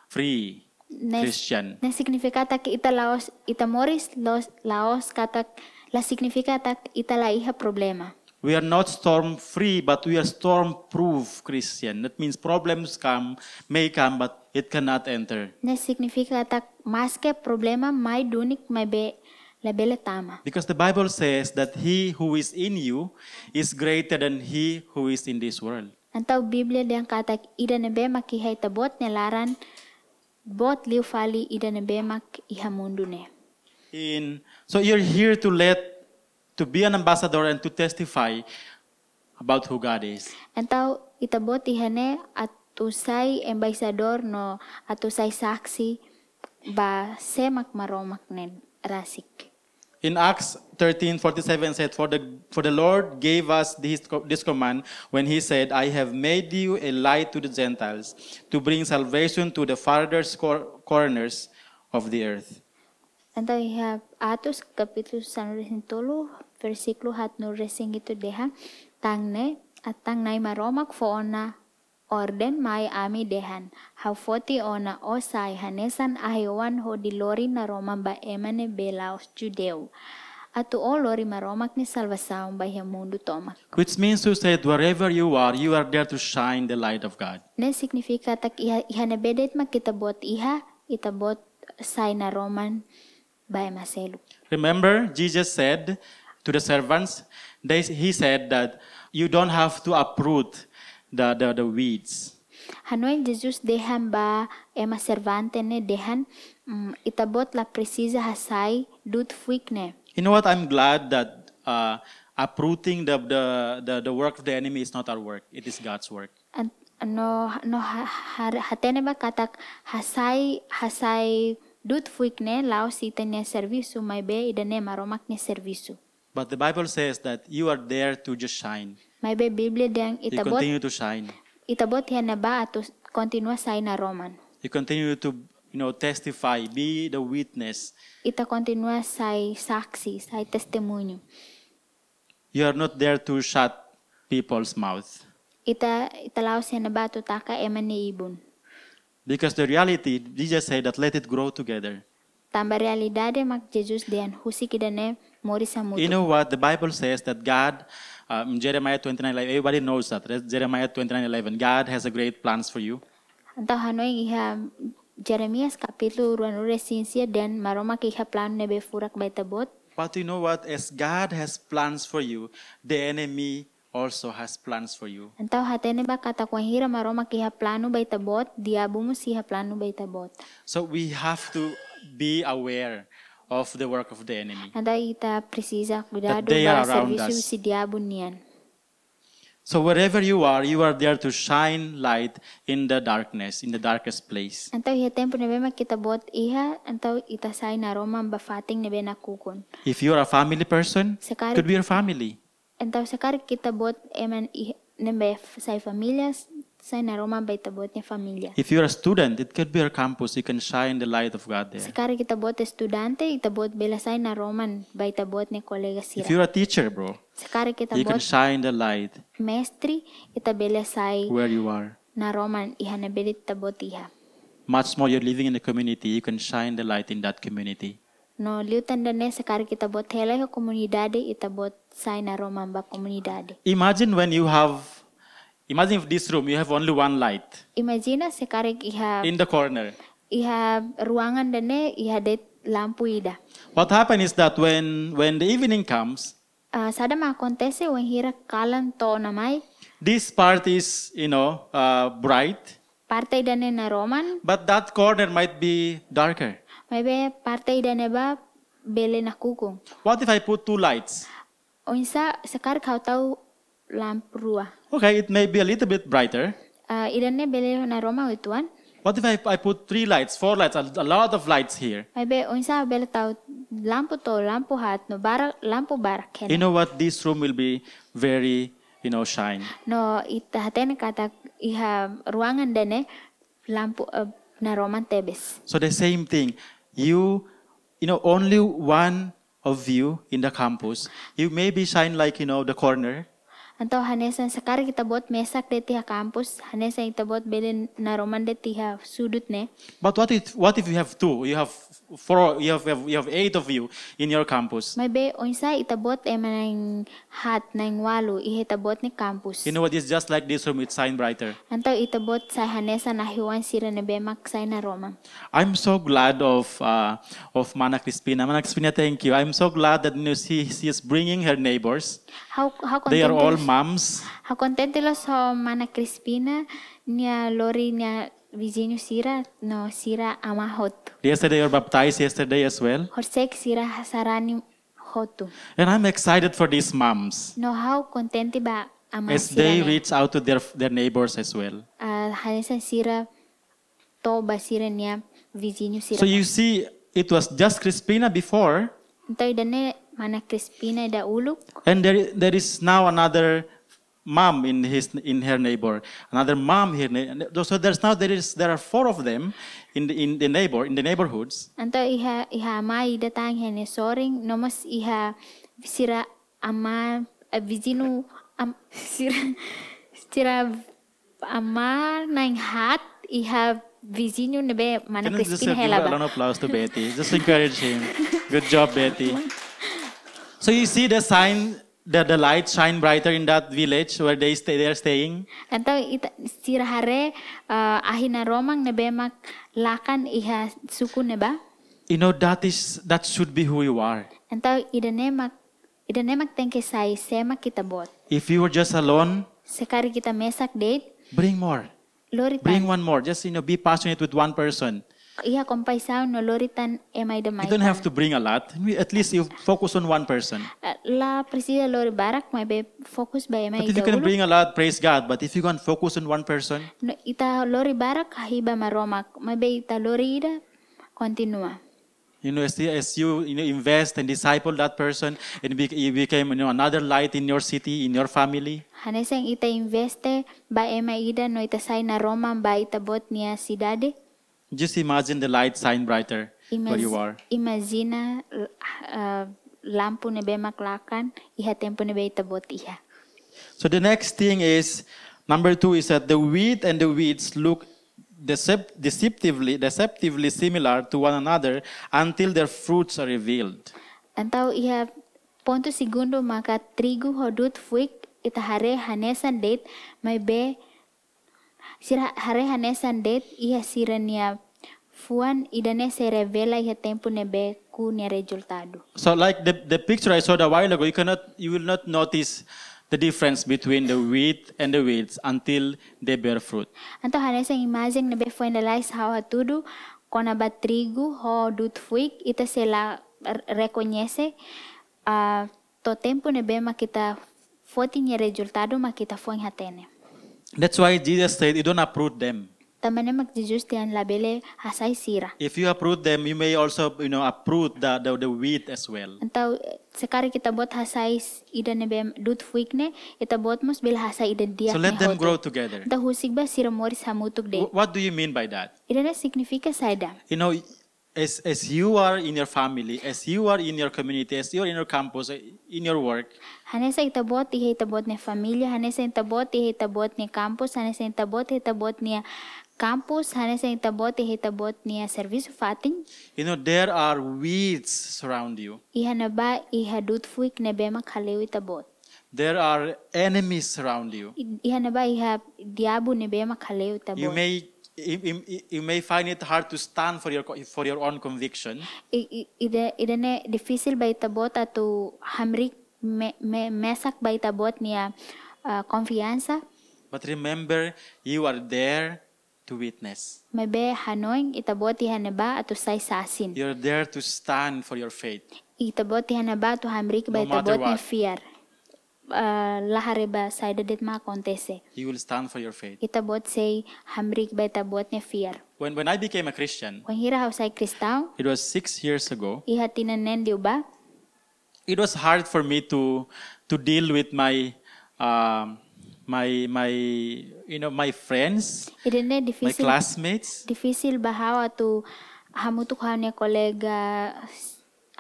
[SPEAKER 1] free
[SPEAKER 2] ne
[SPEAKER 1] Christian.
[SPEAKER 2] ne signifika tak ita laos ita moris los laos katak la signifika tak ita la iha problema.
[SPEAKER 1] We are not storm free, but we are storm proof Christian. That means problems come, may come, but it cannot enter
[SPEAKER 2] Ne significa tak maske problema mai dunik mai be labele tama.
[SPEAKER 1] because the Bible says that he who is in you is greater than he who is in this world.
[SPEAKER 2] Antau Biblia yang katak ida nebe mak iha ita bot nelaran bot liu fali ida nebe mak iha mundu ne.
[SPEAKER 1] in so you're here to let to be an ambassador and to testify about who god is
[SPEAKER 2] Antau ita bot iha ne atusai embaisador no atusai saksi ba semak maromak ne rasik.
[SPEAKER 1] in acts 13 47 said for the for the lord gave us this, co- this command when he said i have made you a light to the gentiles to bring salvation to the farthest cor- corners of the earth
[SPEAKER 2] Antau iha atus kapitulu sanurisin tolu versiklu hat nuresin gitu deha tangne atang nai maromak foona orden mai ami dehan hau foti ona osai hanesan ahewan ho di lori na roma ba emane belaos judeu atu o lori maromak ni salvasaum ba iha mundu tomak
[SPEAKER 1] which means to say that wherever you are you are there to shine the light of god
[SPEAKER 2] ne signifika tak iha iha ne bedet ma kita bot iha ita bot sai na roman ba emaselu
[SPEAKER 1] Remember, Jesus said to the servants, they, he said that you don't have to uproot the, the, the weeds.
[SPEAKER 2] Hanoi Jesus dejan ba ema servantene dejan mm, itabot la precisa hasai dut fuikne.
[SPEAKER 1] You know what? I'm glad that uh, uprooting the, the, the, the work of the enemy is not our work, it is God's work.
[SPEAKER 2] An- No no ha- har- hatene ba katak hasai hasai dut fuikne lao si tene servisu mai be idane maromak ne servisu.
[SPEAKER 1] But the Bible says that you are there to just shine.
[SPEAKER 2] Mai be Biblia deng
[SPEAKER 1] You
[SPEAKER 2] itabot
[SPEAKER 1] continue to shine.
[SPEAKER 2] itabot yana ba atus continua sai na Roman.
[SPEAKER 1] You continue to you know testify, be the witness.
[SPEAKER 2] Ita continua sai saksi, sai testemunho.
[SPEAKER 1] You are not there to shut people's mouth.
[SPEAKER 2] Ita ita lao si yana ba tutaka ema ne ibun.
[SPEAKER 1] Because the reality, Jesus said that let it grow together.
[SPEAKER 2] Tamba realidade mak Jesus dean husi kidane mori samutu.
[SPEAKER 1] You know what? The Bible says that God, um, Jeremiah 29, everybody knows that. right? Jeremiah 29, 11. God has a great plans for you.
[SPEAKER 2] Antau hanoi iha Jeremias kapitlu ruanure sinsia dan maroma ki iha plan nebe furak baita bot.
[SPEAKER 1] But you know what? As God has plans for you, the enemy also has plans for you.
[SPEAKER 2] Antau hatene ba kata kuahira maroma ki iha planu baita bot, diabumu si iha planu baita bot.
[SPEAKER 1] So we have to be aware of the work of the enemy.
[SPEAKER 2] Antau ita precisa cuidado
[SPEAKER 1] they
[SPEAKER 2] ba
[SPEAKER 1] are around
[SPEAKER 2] servisu
[SPEAKER 1] us.
[SPEAKER 2] si diabu nian.
[SPEAKER 1] So wherever you are, you are there to shine light in the darkness, in the darkest place.
[SPEAKER 2] Antau iha tempo nebe mak kita bot iha, antau ita sai naroma ba fating nebe nakukun.
[SPEAKER 1] If you are a family person,
[SPEAKER 2] Sekali-
[SPEAKER 1] could be your family.
[SPEAKER 2] Então, sakar kita bot eman i- nembe f- sai familias, sai na Roma baita bot ne familia.
[SPEAKER 1] If you're a student, it could be your campus. You can shine the light of God there.
[SPEAKER 2] Sakar kita bot estudante, ita bot bela sai na Roman baita bot ne kolega
[SPEAKER 1] If
[SPEAKER 2] sira.
[SPEAKER 1] you're a teacher, bro,
[SPEAKER 2] Sakar kita
[SPEAKER 1] you can
[SPEAKER 2] bot
[SPEAKER 1] shine the light
[SPEAKER 2] mestre, ita bela sai
[SPEAKER 1] where you are.
[SPEAKER 2] na Roman iha ne bela ita bot iha.
[SPEAKER 1] Much more, you're living in a community. You can shine the light in that community.
[SPEAKER 2] No liutan dane sakar kita bot helai ho komunidade, ita bot sai na Roman ba komunidade.
[SPEAKER 1] Imagine when you have, imagine if this room you have only one light
[SPEAKER 2] Imagina sakar iha
[SPEAKER 1] in the corner.
[SPEAKER 2] iha ruangan dane iha det lampu ida.
[SPEAKER 1] What happens is that when when the evening comes,
[SPEAKER 2] Ah, sada ma acontece o hira kalan to namai
[SPEAKER 1] this part is you know uh, bright,
[SPEAKER 2] parte idane na roman
[SPEAKER 1] but that corner might be darker.
[SPEAKER 2] maybe parte idane ba bele na kukung
[SPEAKER 1] What if I put two lights?
[SPEAKER 2] onsa sekar kau tahu lamprua
[SPEAKER 1] Okay, it may be a little bit brighter.
[SPEAKER 2] Ah, idane bele na roma utuan
[SPEAKER 1] What if I, I put three lights, four lights, a, a lot of lights here?
[SPEAKER 2] maybe onsa bele tahu lampu to lampu hat no bar lampu bar
[SPEAKER 1] You
[SPEAKER 2] ken
[SPEAKER 1] know what? This room will be very, you know, shine.
[SPEAKER 2] no ita haten kata iha ruangan dane lampu eh, na roman tebes
[SPEAKER 1] So the same thing. You, you know, only one of you in the campus. You maybe shine like, you know, the corner.
[SPEAKER 2] Anto hanesan sakar kita buat mesak de tiha kampus, hanesan kita buat belen naroman de tiha sudut ne.
[SPEAKER 1] But what if, what if you have two? You have four, you have, you have, you have eight of you in your campus.
[SPEAKER 2] May be onsa ita buat eman hat nang walu iha ita buat ni kampus.
[SPEAKER 1] You know what? It's just like this room. It shine brighter.
[SPEAKER 2] Anto ita buat sa hanesan ahiwan sira ne bemak sa naroman.
[SPEAKER 1] I'm so glad of uh, of Mana Crispina. Mana Crispina, thank you. I'm so glad that you know, she, she is bringing her neighbors.
[SPEAKER 2] How how
[SPEAKER 1] They are all
[SPEAKER 2] contente
[SPEAKER 1] moms.
[SPEAKER 2] how contente los ho mana Crispina nia Lori nia Vizinho sira no sira ama hotu.
[SPEAKER 1] Yesterday, you were baptized yesterday as well.
[SPEAKER 2] Horsek sira hasarani hotu.
[SPEAKER 1] And I'm excited for these moms
[SPEAKER 2] No how contente ba ama
[SPEAKER 1] as
[SPEAKER 2] sira
[SPEAKER 1] they
[SPEAKER 2] ne.
[SPEAKER 1] reach out to their, their neighbors as well.
[SPEAKER 2] uh, hanesan sira to basira niya vizinho sira.
[SPEAKER 1] So you see, it was just Crispina before,
[SPEAKER 2] Então idane mana Crispina da uluk
[SPEAKER 1] and there, there is now another mom in his in her neighbor another mom here so there's now there is there are four of them in the, in the neighbor in the neighborhoods
[SPEAKER 2] Anto iha iha mai datang hene soring nomos iha sira ama eh, vizinho am, sira sira ama nang hat iha vizinho nebe mana
[SPEAKER 1] Can I just
[SPEAKER 2] Crispina
[SPEAKER 1] give a
[SPEAKER 2] helaba.
[SPEAKER 1] round of applause to Betty? Just encourage him. Good job, Betty. So you see the sign that the light shine brighter in that village where they stay. They are staying.
[SPEAKER 2] Anto ita sira hare uh, ahina romang nebe mak lakan iha suku neba.
[SPEAKER 1] You know that is that should be who you are.
[SPEAKER 2] Então, idanemak, idanemak tem que sair sema kita bot.
[SPEAKER 1] If you were just alone,
[SPEAKER 2] Sekari kita mesak date,
[SPEAKER 1] Bring more. Bring
[SPEAKER 2] Loritan,
[SPEAKER 1] one more. Just, you know, be passionate with one person.
[SPEAKER 2] iya kompaisaon no loritan e
[SPEAKER 1] You
[SPEAKER 2] maidamay.
[SPEAKER 1] don't have to bring a lot. At least you focus on one person.
[SPEAKER 2] Eh, La presida lori barak may be focus ba e
[SPEAKER 1] But
[SPEAKER 2] may
[SPEAKER 1] if you can
[SPEAKER 2] dawlo.
[SPEAKER 1] bring a lot, praise God. But if you can focus on one person,
[SPEAKER 2] No, ita lori barak hahiba maromak. May be ita lori ida continua.
[SPEAKER 1] you know, as, as you, you know, invest and disciple that person, and be, you became you know, another light in your city, in your family.
[SPEAKER 2] Haneseng ita investe ba e may ida no ita say na Roma ba ita bot niya sidade.
[SPEAKER 1] Just imagine the light shine brighter where you are.
[SPEAKER 2] imagina uh, lampu ne be maklakan iha tempo ne be ita bot iha.
[SPEAKER 1] So the next thing is number two is that the wheat and the weeds look decep- deceptively, deceptively similar to one another until their fruits are revealed.
[SPEAKER 2] Antau iha ponto segundo maka trigo hodut fuik ita hare hanesan date may be sira hare hanesan date iha sirania fuan idane se revela iha tempo ne be ku ne resultado.
[SPEAKER 1] So like the, the picture I showed a while ago, you cannot you will not notice the difference between the wheat and the weeds until they bear fruit.
[SPEAKER 2] Antau hanesan imagem ne be finalize how tudu kona ba trigo hodut fuik ita e se la r- reconhece a to tempo ne be makita foti ne resultado makita fuan hatene.
[SPEAKER 1] That's why Jesus said you don't uproot them.
[SPEAKER 2] Tamane magjijus tiyan labele hasay sira.
[SPEAKER 1] If you uproot them, you may also you know uproot the, the, the wheat as well.
[SPEAKER 2] Antaw, sekari kita bot hasay s- ida nebe dut fuikne, ita e bot mos bil hasay ida diak
[SPEAKER 1] So let them grow together.
[SPEAKER 2] Antaw husig ba sira moris hamutuk de.
[SPEAKER 1] Wh- What do you mean by that?
[SPEAKER 2] Ida na signifika saida.
[SPEAKER 1] you know as as you are in your family as you are in your community as you are in your campus uh, in your work
[SPEAKER 2] Hanesa ita bot, iha ita bot ne familia, hanesa ita bot, iha ita bot ne kampus, hanesa ita bot, iha ita bot ne kampus, hanesa ita bot, iha ita bot ne servisu fatin.
[SPEAKER 1] you know there are weeds surround you
[SPEAKER 2] Iha na ba, iha dut fuik nebe makhaliu ita bot.
[SPEAKER 1] there are enemies surround you
[SPEAKER 2] I- Iha na ba, iha diabu nebe makhaliu ita
[SPEAKER 1] you
[SPEAKER 2] bot.
[SPEAKER 1] may you, you- you may find it hard to stand for your co- for your own conviction
[SPEAKER 2] I- i- ida ida ne difficile ba itabot atu hamrik me, me, mesak ba itabot niya ah, confianza
[SPEAKER 1] but remember you are there to witness
[SPEAKER 2] mebe hanoing itabot ihanaba atu say sasin
[SPEAKER 1] you're there to stand for your faith
[SPEAKER 2] itabot ihanaba atu hamrik ba
[SPEAKER 1] No matter
[SPEAKER 2] itabot ni
[SPEAKER 1] what.
[SPEAKER 2] fear Ah, lahare ba sa dadet ma kontese
[SPEAKER 1] you will stand for your faith
[SPEAKER 2] itabot say hamrik ba itabot ni fear
[SPEAKER 1] when when i became a christian
[SPEAKER 2] kung hira hausay kristaw
[SPEAKER 1] it was 6 years ago
[SPEAKER 2] iha tinanen di ba
[SPEAKER 1] it was hard for me to to deal with my um, my my you know my friends,
[SPEAKER 2] ida ne
[SPEAKER 1] my
[SPEAKER 2] difficile
[SPEAKER 1] classmates.
[SPEAKER 2] Difficile ba hawa tu hamutuk hanya kolega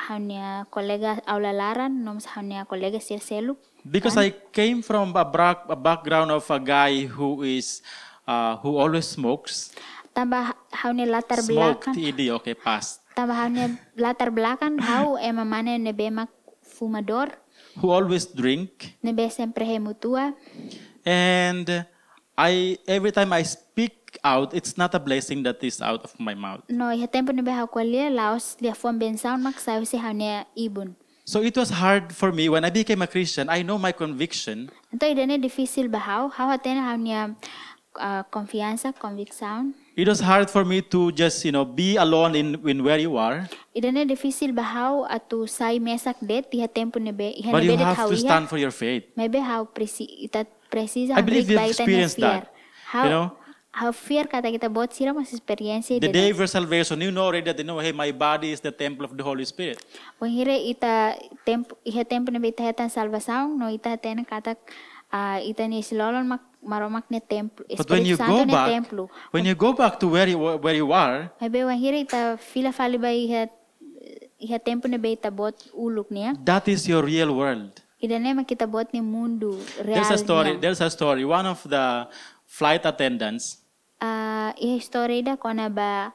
[SPEAKER 2] hanya kolega aulalaran noms hanya kolega sirselu
[SPEAKER 1] Because I came from a, bra- a background of a guy who is uh, who always smokes,
[SPEAKER 2] tambah hanya latar
[SPEAKER 1] smoked
[SPEAKER 2] belakang
[SPEAKER 1] ED, okay, past.
[SPEAKER 2] tambah hanya latar belakang hau ema mana nebe mak fumador
[SPEAKER 1] Who always drink,
[SPEAKER 2] nebe sempre hemutua
[SPEAKER 1] and I every time I speak out, it's not a blessing that is out of my mouth.
[SPEAKER 2] no iha tempo nebe hau kualia laos dia fuam bensaun mak sausi hanya ibun
[SPEAKER 1] So it was hard for me when I became a Christian. I know my conviction,
[SPEAKER 2] Ento idane difficile ba hau hau hatena hanya ah, confianza conviction
[SPEAKER 1] It was hard for me to just, you know, be alone in, in where you are,
[SPEAKER 2] Idana difficile bahaw atu say mesak det iha tempo nebe iha
[SPEAKER 1] but you
[SPEAKER 2] nebe det
[SPEAKER 1] have
[SPEAKER 2] hau
[SPEAKER 1] to
[SPEAKER 2] iha
[SPEAKER 1] stand for your faith.
[SPEAKER 2] maybe how presi ita precisa
[SPEAKER 1] I believe you've
[SPEAKER 2] break by ita niya
[SPEAKER 1] experienced
[SPEAKER 2] fear.
[SPEAKER 1] that,
[SPEAKER 2] How
[SPEAKER 1] you know?
[SPEAKER 2] how fear kata kita bot sira mas experience
[SPEAKER 1] The
[SPEAKER 2] de
[SPEAKER 1] day of your salvation, you know already that you know, hey, my body is the temple of the Holy Spirit.
[SPEAKER 2] Wahire ita tempo iha tempo nebe ita hatan salvasaung no ita hatan kata ah, ita ni silolon mak maromak ne templo
[SPEAKER 1] But when you go
[SPEAKER 2] ne
[SPEAKER 1] back,
[SPEAKER 2] templo.
[SPEAKER 1] when you go back to where you, where you are,
[SPEAKER 2] Maybe wahire ita fila fali ba iha iha tempo nebe ita bot uluk niya.
[SPEAKER 1] that is your real world.
[SPEAKER 2] Idana makita bot ni mundo real
[SPEAKER 1] There's a story.
[SPEAKER 2] niya.
[SPEAKER 1] There's a story. One of the flight attendants,
[SPEAKER 2] Ah, iha story da kona ba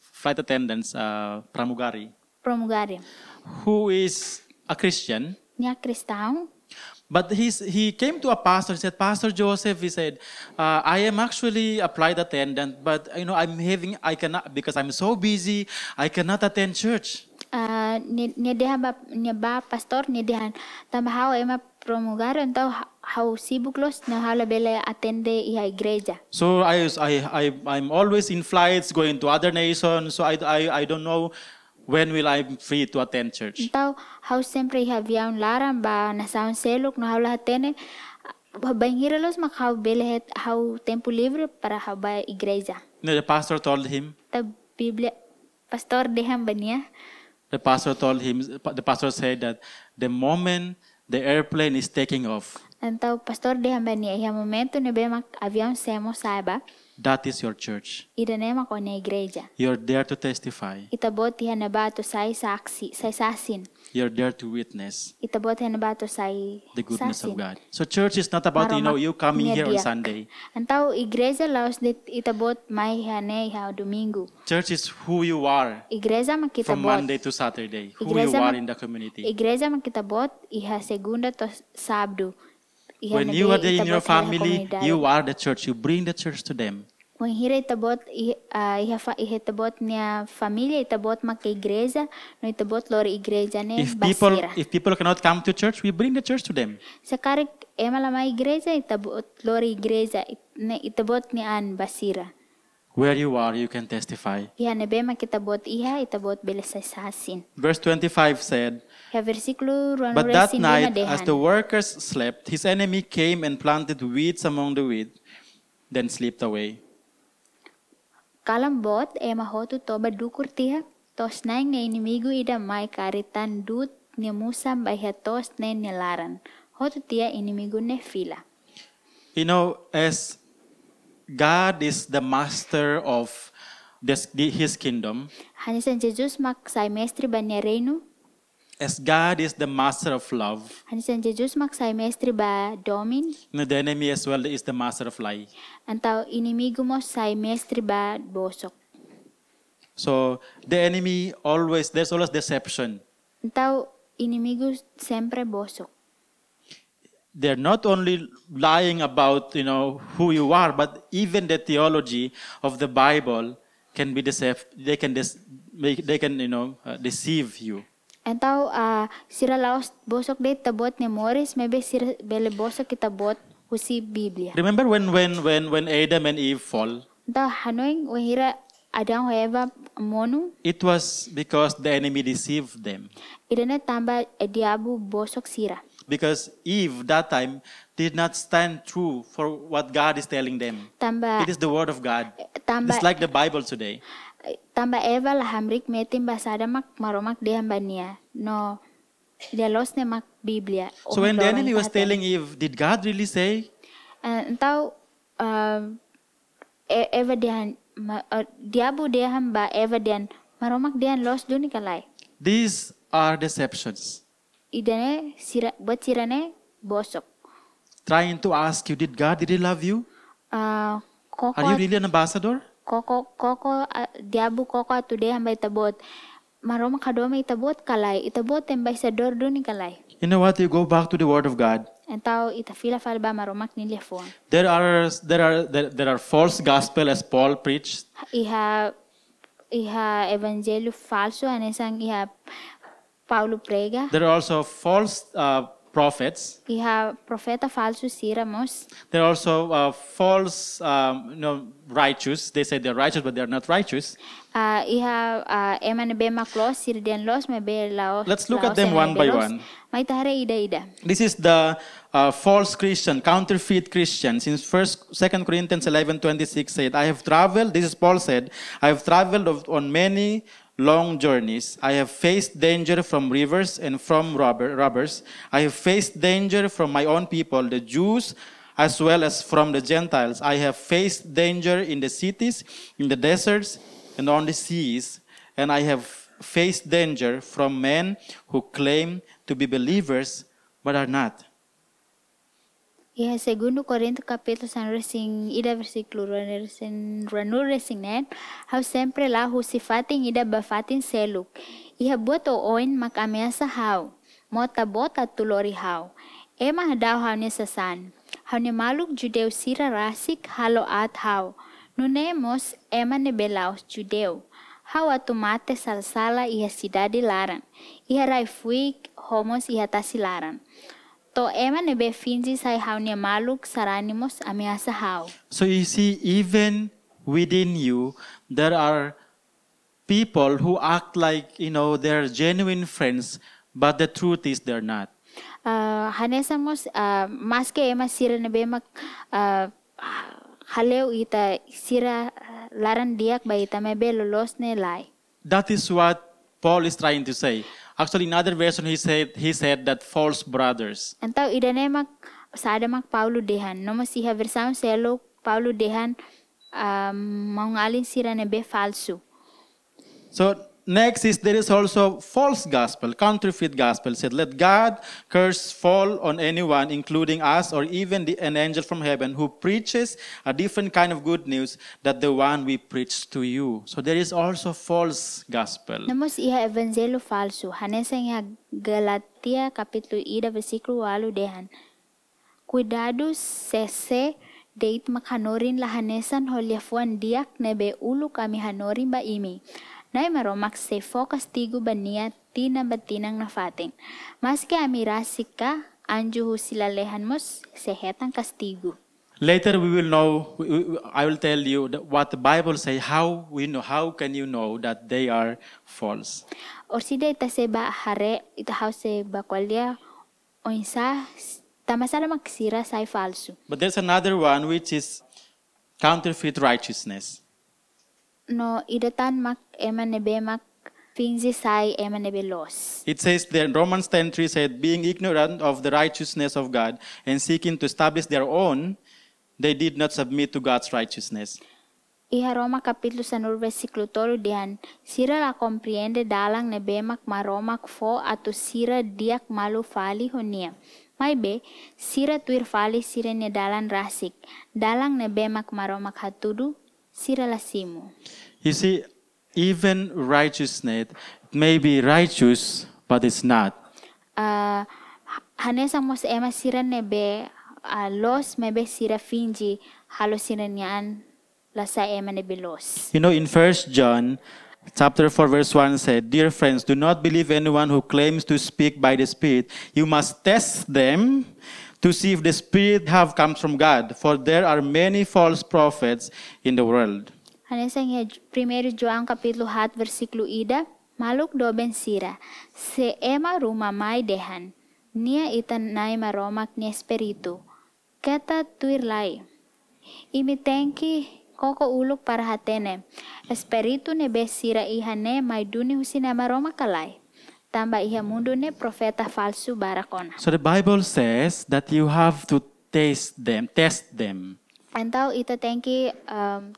[SPEAKER 1] flight attendants, uh, Pramugari,
[SPEAKER 2] promugari.
[SPEAKER 1] who is a Christian,
[SPEAKER 2] Nya Kristaung,
[SPEAKER 1] But he's, he came to a pastor and said, Pastor Joseph, he said, uh, I am actually a flight attendant, but you know, I'm having, I cannot, because I'm so busy, I cannot attend church.
[SPEAKER 2] Eh, ah, ni ni deha ba ni ba pastor ni dehan tambahaw ema promugari entau hausíbulos na halabele atende y a igreja.
[SPEAKER 1] So I, I, I, I'm always in flights going to other nations. So I, I, I don't know when will I be free to attend church.
[SPEAKER 2] Então, hau sempre ia via un laram ba nasaun seluk no hau lahatene Ah, banhiralos mak hau belehet hau tempo livre para hau ba igreja.
[SPEAKER 1] You know, the pastor told him,
[SPEAKER 2] Ta Biblia pastor deham bania
[SPEAKER 1] the pastor told him, the pastor said that the moment the airplane is taking off,
[SPEAKER 2] Então, pastor deham bania ia momento ne be mak avião semo saiba
[SPEAKER 1] that is your church.
[SPEAKER 2] irene mak one igreja.
[SPEAKER 1] You're there to testify.
[SPEAKER 2] Itabot ia nabato sai saksi sai sasin.
[SPEAKER 1] You're there to witness
[SPEAKER 2] Itabot ia nabato sai
[SPEAKER 1] the goodness
[SPEAKER 2] sasin.
[SPEAKER 1] of God. So church is not about, you know, you coming here on Sunday.
[SPEAKER 2] Então, igreja laos de itabot mai hane hau domingo.
[SPEAKER 1] Church is who you are
[SPEAKER 2] Igreja makita
[SPEAKER 1] from
[SPEAKER 2] bot.
[SPEAKER 1] Monday to Saturday, who you
[SPEAKER 2] Iglesia
[SPEAKER 1] are
[SPEAKER 2] ma-
[SPEAKER 1] in the community.
[SPEAKER 2] Igreja makita bot iha segunda to sábado. Iha
[SPEAKER 1] When
[SPEAKER 2] nabi
[SPEAKER 1] you are there in
[SPEAKER 2] itabot
[SPEAKER 1] your
[SPEAKER 2] iha
[SPEAKER 1] family,
[SPEAKER 2] comunidade.
[SPEAKER 1] you are the church. You bring the church to them.
[SPEAKER 2] When hira itabot iha, ah, iha fa iha itabot niya familia itabot maka igreja no itabot lori igreja ne
[SPEAKER 1] If people
[SPEAKER 2] basira.
[SPEAKER 1] if people cannot come to church, we bring the church to them.
[SPEAKER 2] Sakarik emalama igreja itabot lori igreja it, ne itabot ni an basira. Iya,
[SPEAKER 1] Where you are, you can testify.
[SPEAKER 2] Iha nebe makita bot iha itabot belesasasin.
[SPEAKER 1] Verse 25 said,
[SPEAKER 2] Iha versículo ruan
[SPEAKER 1] But that
[SPEAKER 2] Ya, resin iha
[SPEAKER 1] night, as the
[SPEAKER 2] dehan.
[SPEAKER 1] workers slept, his enemy came and planted weeds among the wheat, then slipped away.
[SPEAKER 2] Kalam bot ema hotu toba dukur tiha tos naing ne inimigo ida mai karitan dut ne musa baiha tos ne nelaran. Hotu tia inimigo ne fila.
[SPEAKER 1] You know, as God is the master of this, his kingdom,
[SPEAKER 2] Hanisan Jesus mak saimestri banya reino.
[SPEAKER 1] as God is the master of love,
[SPEAKER 2] Hanisan Jesus mak saimestri ba domin.
[SPEAKER 1] you know, the enemy as well is the master of lie.
[SPEAKER 2] Antau inimigo mo saimestri ba bosok.
[SPEAKER 1] So the enemy always, there's always deception.
[SPEAKER 2] Antau inimigo sempre bosok.
[SPEAKER 1] They're not only lying about, you know, who you are, but even the theology of the Bible can be deceptive. They can, des- make- they can you know, uh, deceive you.
[SPEAKER 2] Antau ah sira laos bosok de tabot ne moris mebe sira bele bosok itabot husi Biblia.
[SPEAKER 1] Remember when, when, when, when Adam and Eve fall?
[SPEAKER 2] Da hanoing wahira adang hoeva monu
[SPEAKER 1] It was because the enemy deceived them.
[SPEAKER 2] idana tamba diabu bosok sira.
[SPEAKER 1] Because Eve, that time, did not stand true for what God is telling them.
[SPEAKER 2] Tamba
[SPEAKER 1] It is the word of God.
[SPEAKER 2] tamba
[SPEAKER 1] It's like the Bible today.
[SPEAKER 2] eh, tamba Eva la hamrik metim basada mak maromak dehambania. No delos ne mak Biblia.
[SPEAKER 1] So when the enemy was telling Eve, did God really say?
[SPEAKER 2] Eh, entau eh, e, Eva dehan ma- ah, diabu deham ba Eva dehan maromak dehan los duni kalai.
[SPEAKER 1] These are deceptions.
[SPEAKER 2] Idane sira buat sirane bosok.
[SPEAKER 1] Trying to ask you, did God really love you?
[SPEAKER 2] Ah, koko
[SPEAKER 1] Are you really an ambassador?
[SPEAKER 2] koko koko ah, diabu koko atu de hamba itabot maroma kadome itabot kalai itabot tembai sador duni kalai
[SPEAKER 1] You know what? You go back to the word of God.
[SPEAKER 2] entau itafila falba maromak ni lefon
[SPEAKER 1] There are there are there, there are false gospel as Paul preached.
[SPEAKER 2] iha iha evangelio falso anesang iha paulo prega
[SPEAKER 1] There are also false uh, prophets.
[SPEAKER 2] iha profeta falso siramos
[SPEAKER 1] There are also uh, false um, you know, righteous. They say they're righteous, but they're not righteous.
[SPEAKER 2] Ah, iha ah, eman be maklos sir den los me be laos
[SPEAKER 1] Let's look at
[SPEAKER 2] laos
[SPEAKER 1] them
[SPEAKER 2] eme
[SPEAKER 1] one
[SPEAKER 2] be
[SPEAKER 1] by
[SPEAKER 2] los.
[SPEAKER 1] one.
[SPEAKER 2] mai tahare ida ida
[SPEAKER 1] This is the uh, false Christian, counterfeit Christian. Since First, Second Corinthians eleven twenty six said, "I have traveled." This is Paul said, "I have traveled of, on many long journeys. I have faced danger from rivers and from robber, robbers. I have faced danger from my own people, the Jews." As well as from the Gentiles. I have faced danger in the cities, in the deserts, and on the seas, and I have faced danger from men who claim to be believers but are not.
[SPEAKER 2] Iha Ya, segundo Corinto capítulo san resing ida versículo ranersen ranur resing net hau sempre la hu sifating ida bafatin seluk iha buat o oin mak ameasa hau mota bota tulori hau ema hadau hau ne sasan hau ne maluk judeu sira rasik halo at hau nunemos ema ne belaos judeu hau atu mate salsala iha sidadi laran iha raifuik homos iha tasilaran Το αίμα εμπεφύνζει σαν χαούνια μάλουκ σαράνιμος αμοιάσα χάου.
[SPEAKER 1] So you see, even within you, there are people who act like, you know, they're genuine friends, but the truth is they're not.
[SPEAKER 2] Hanesa mos ah, mas ke ema sira na bemak ah, haleu ita sira ah, laran diak ba ita mebe lolos ne lai.
[SPEAKER 1] That is what Paul is trying to say. Actually, in another version, he said, he said that false brothers.
[SPEAKER 2] Antau ida ne mak sada mak Paulo dehan. Nomo siha bersama selo Paulo dehan ah, mau ngalin sira na be falsu.
[SPEAKER 1] So next is there is also false gospel, counterfeit gospel. Said, let God curse fall on anyone, including us, or even the, an angel from heaven who preaches a different kind of good news that the one we preach to you. So there is also false gospel.
[SPEAKER 2] Namos iha evangelio falsu. Hanesa iha Galatia capítulo ida versículo walu dehan. Cuidado sese deit makhanorin lahanesan holiafuan diak nebe ulu kami hanorin ba imi. Nai maromak se fokas tigu bania tina batinang nafating. Maski amirasika anjuhu silalehan mos sehetang kastigu.
[SPEAKER 1] Later we will know. we- we- I will tell you that what the Bible says. How we know? How can you know that they are false?
[SPEAKER 2] Orsida ita seba hare ita hause bakwalia oinsa tamasala maksira sai falsu.
[SPEAKER 1] But there's another one which is counterfeit righteousness.
[SPEAKER 2] no idatan mak eman nebe mak finzi sai eman nebe los.
[SPEAKER 1] It says there in Romans 10:3 said, being ignorant of the righteousness of God and seeking to establish their own, they did not submit to God's righteousness.
[SPEAKER 2] Iha Roma kapitlu sanur vesiklu tolu dihan sira la kompriende dalang nebe mak maromak fo atu sira diak malu fali honia. Maibe sira tuir fali sira ne dalan rasik dalang nebe mak maromak hatudu sira lasimu.
[SPEAKER 1] You see, even righteousness may be righteous, but it's not.
[SPEAKER 2] Ah, ha- hanesa mos ema sira nebe ah, los mebe sira finji halo sira nian lasa ema nebe los.
[SPEAKER 1] You know, in 1 John chapter 4 verse 1 said, "Dear friends, do not believe anyone who claims to speak by the Spirit. You must test them to see if the Spirit have comes from God, for there are many false prophets in the world."
[SPEAKER 2] Hanesa nga 1 João capítulo 4 versículo ida maluk do bensira se ema rumamai dehan nia itan nai maromak ni espiritu kata tuir lai imi tenki koko uluk para hatene espiritu ne besira ihane mai duni husina maroma kalai tamba iha mundu ne profeta falsu barakona
[SPEAKER 1] So the Bible says that you have to taste them, test them.
[SPEAKER 2] antau ita tenki um,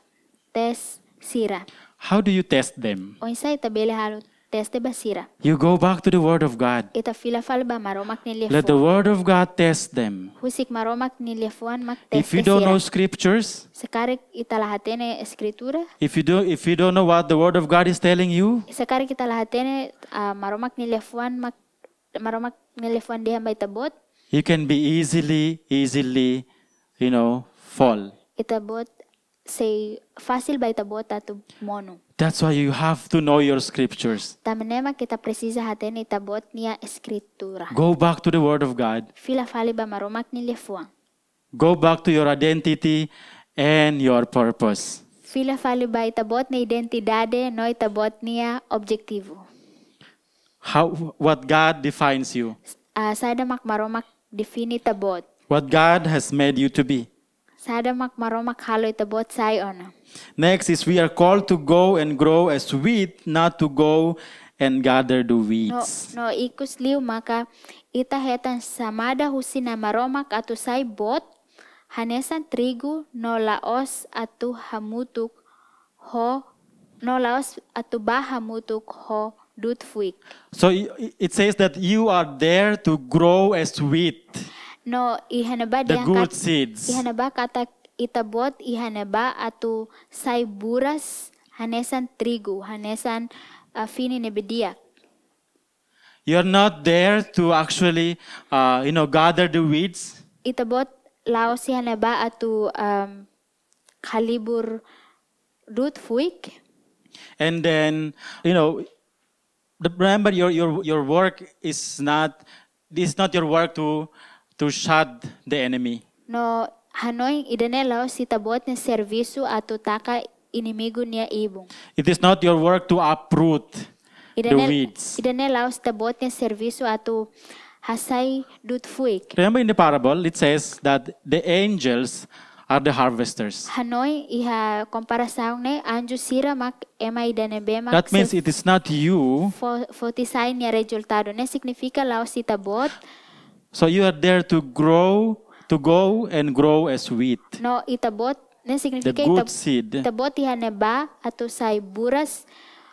[SPEAKER 2] tes sira
[SPEAKER 1] How do you test them?
[SPEAKER 2] oinsa ita bele halu tes de basira
[SPEAKER 1] You go back to the Word of God.
[SPEAKER 2] Ita fila falba maromak
[SPEAKER 1] Let the
[SPEAKER 2] nilifuan.
[SPEAKER 1] Word of God test them.
[SPEAKER 2] Husik maromak nilifuan mak tes
[SPEAKER 1] If you don't know
[SPEAKER 2] tesira.
[SPEAKER 1] scriptures,
[SPEAKER 2] Sekarik ita lahatene escritura.
[SPEAKER 1] if you do if you don't know what the Word of God is telling you,
[SPEAKER 2] Sekarik ita lahatene ah, maromak nilifuan mak maromak nilifuan dihan ba ita bot.
[SPEAKER 1] you can be easily, easily, you know, fall.
[SPEAKER 2] Ita bot say fasil ba ita bot atu monu.
[SPEAKER 1] That's why you have to know your scriptures.
[SPEAKER 2] Tamanema kita precisa hatene ita bot nia escritura.
[SPEAKER 1] Go back to the Word of God.
[SPEAKER 2] Fila faliba maromak nilifuan.
[SPEAKER 1] Go back to your identity and your purpose.
[SPEAKER 2] Fila faliba ita bot na identidade no ita bot nia objektivo.
[SPEAKER 1] How what God defines you.
[SPEAKER 2] Ah, sada mak maromak defini ita bot.
[SPEAKER 1] what God has made you to be.
[SPEAKER 2] Sada mak maromak halo itabot sai ona.
[SPEAKER 1] Next is we are called to go and grow as wheat, not to go and gather the
[SPEAKER 2] No,
[SPEAKER 1] weeds.
[SPEAKER 2] no ikus liu maka ita hetan samada husina maromak atu sai bot hanesan trigu no laos atu hamutuk ho no laos atu ba hamutuk ho dut fuik.
[SPEAKER 1] So i- i- it says that you are there to grow as wheat,
[SPEAKER 2] No ihanaba
[SPEAKER 1] the good
[SPEAKER 2] diangkat
[SPEAKER 1] seeds.
[SPEAKER 2] ihanaba kata itabot ihanaba atu sai buras hanesan trigu hanesan uh, fini nebediak.
[SPEAKER 1] You're not there to actually, uh, you know, gather the weeds.
[SPEAKER 2] itabot lao siya na ba ato um, kalibur root fuik
[SPEAKER 1] And then, you know, the- remember your, your, your work is not, this is not your work to, to shut the enemy.
[SPEAKER 2] no hanoi idanelaw si tabot na servisu ato taka inimigo niya ibong.
[SPEAKER 1] It is not your work to uproot the
[SPEAKER 2] Idanel,
[SPEAKER 1] weeds.
[SPEAKER 2] idanelaw si tabot na servisu ato hasay dutfuik.
[SPEAKER 1] Remember in the parable, it says that the angels are the harvesters.
[SPEAKER 2] Hanoi iha komparasaong na anjo sira mak ema idanebema
[SPEAKER 1] That means it is not you.
[SPEAKER 2] fortisay niya resultado na signifika law si tabot
[SPEAKER 1] So you are there to grow, to go and grow as wheat.
[SPEAKER 2] no itabot na
[SPEAKER 1] The
[SPEAKER 2] signifika
[SPEAKER 1] good
[SPEAKER 2] itab-
[SPEAKER 1] seed.
[SPEAKER 2] Tabot ihaneba ato say buras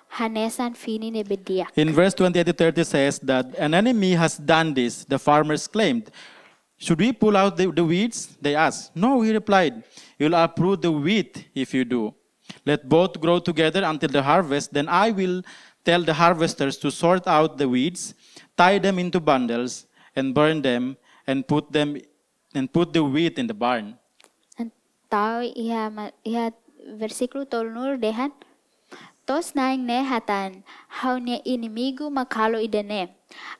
[SPEAKER 2] hanesan fini ni bediak.
[SPEAKER 1] In verse 28 to 30 says that an enemy has done this, the farmers claimed. Should we pull out the, the weeds? They asked. No, he replied. You'll uproot the wheat if you do. Let both grow together until the harvest. Then I will tell the harvesters to sort out the weeds, tie them into bundles, and burn them, and put them and put the wheat in the barn.
[SPEAKER 2] Ang tao iha, iya ma- iha versikulo tolnur dehan. Tos naing ne hatan, hau ne inimigo makalo idene.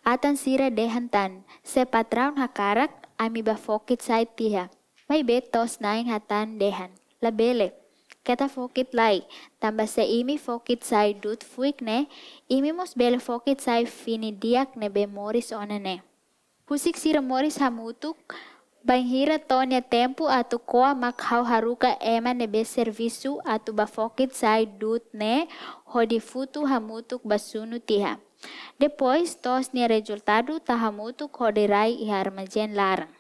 [SPEAKER 2] Atan sira dehan tan, se patraun hakarak ami ba fokit say tiha. May be tos naing hatan dehan. Labele, kata fokit lai, tamba se imi fokit say dut fuik ne, imi mos bele fokit say finidiak ne be moris onane. Husik sira Morris hamutuk banghira to niya tempo atu koa makhaw haruka ema nebe servisu atu bafokit sai dut ne hodifutu hamutuk basunu tiha. Depois tos niya resultado ta hamutuk hodirai iharmajen larang.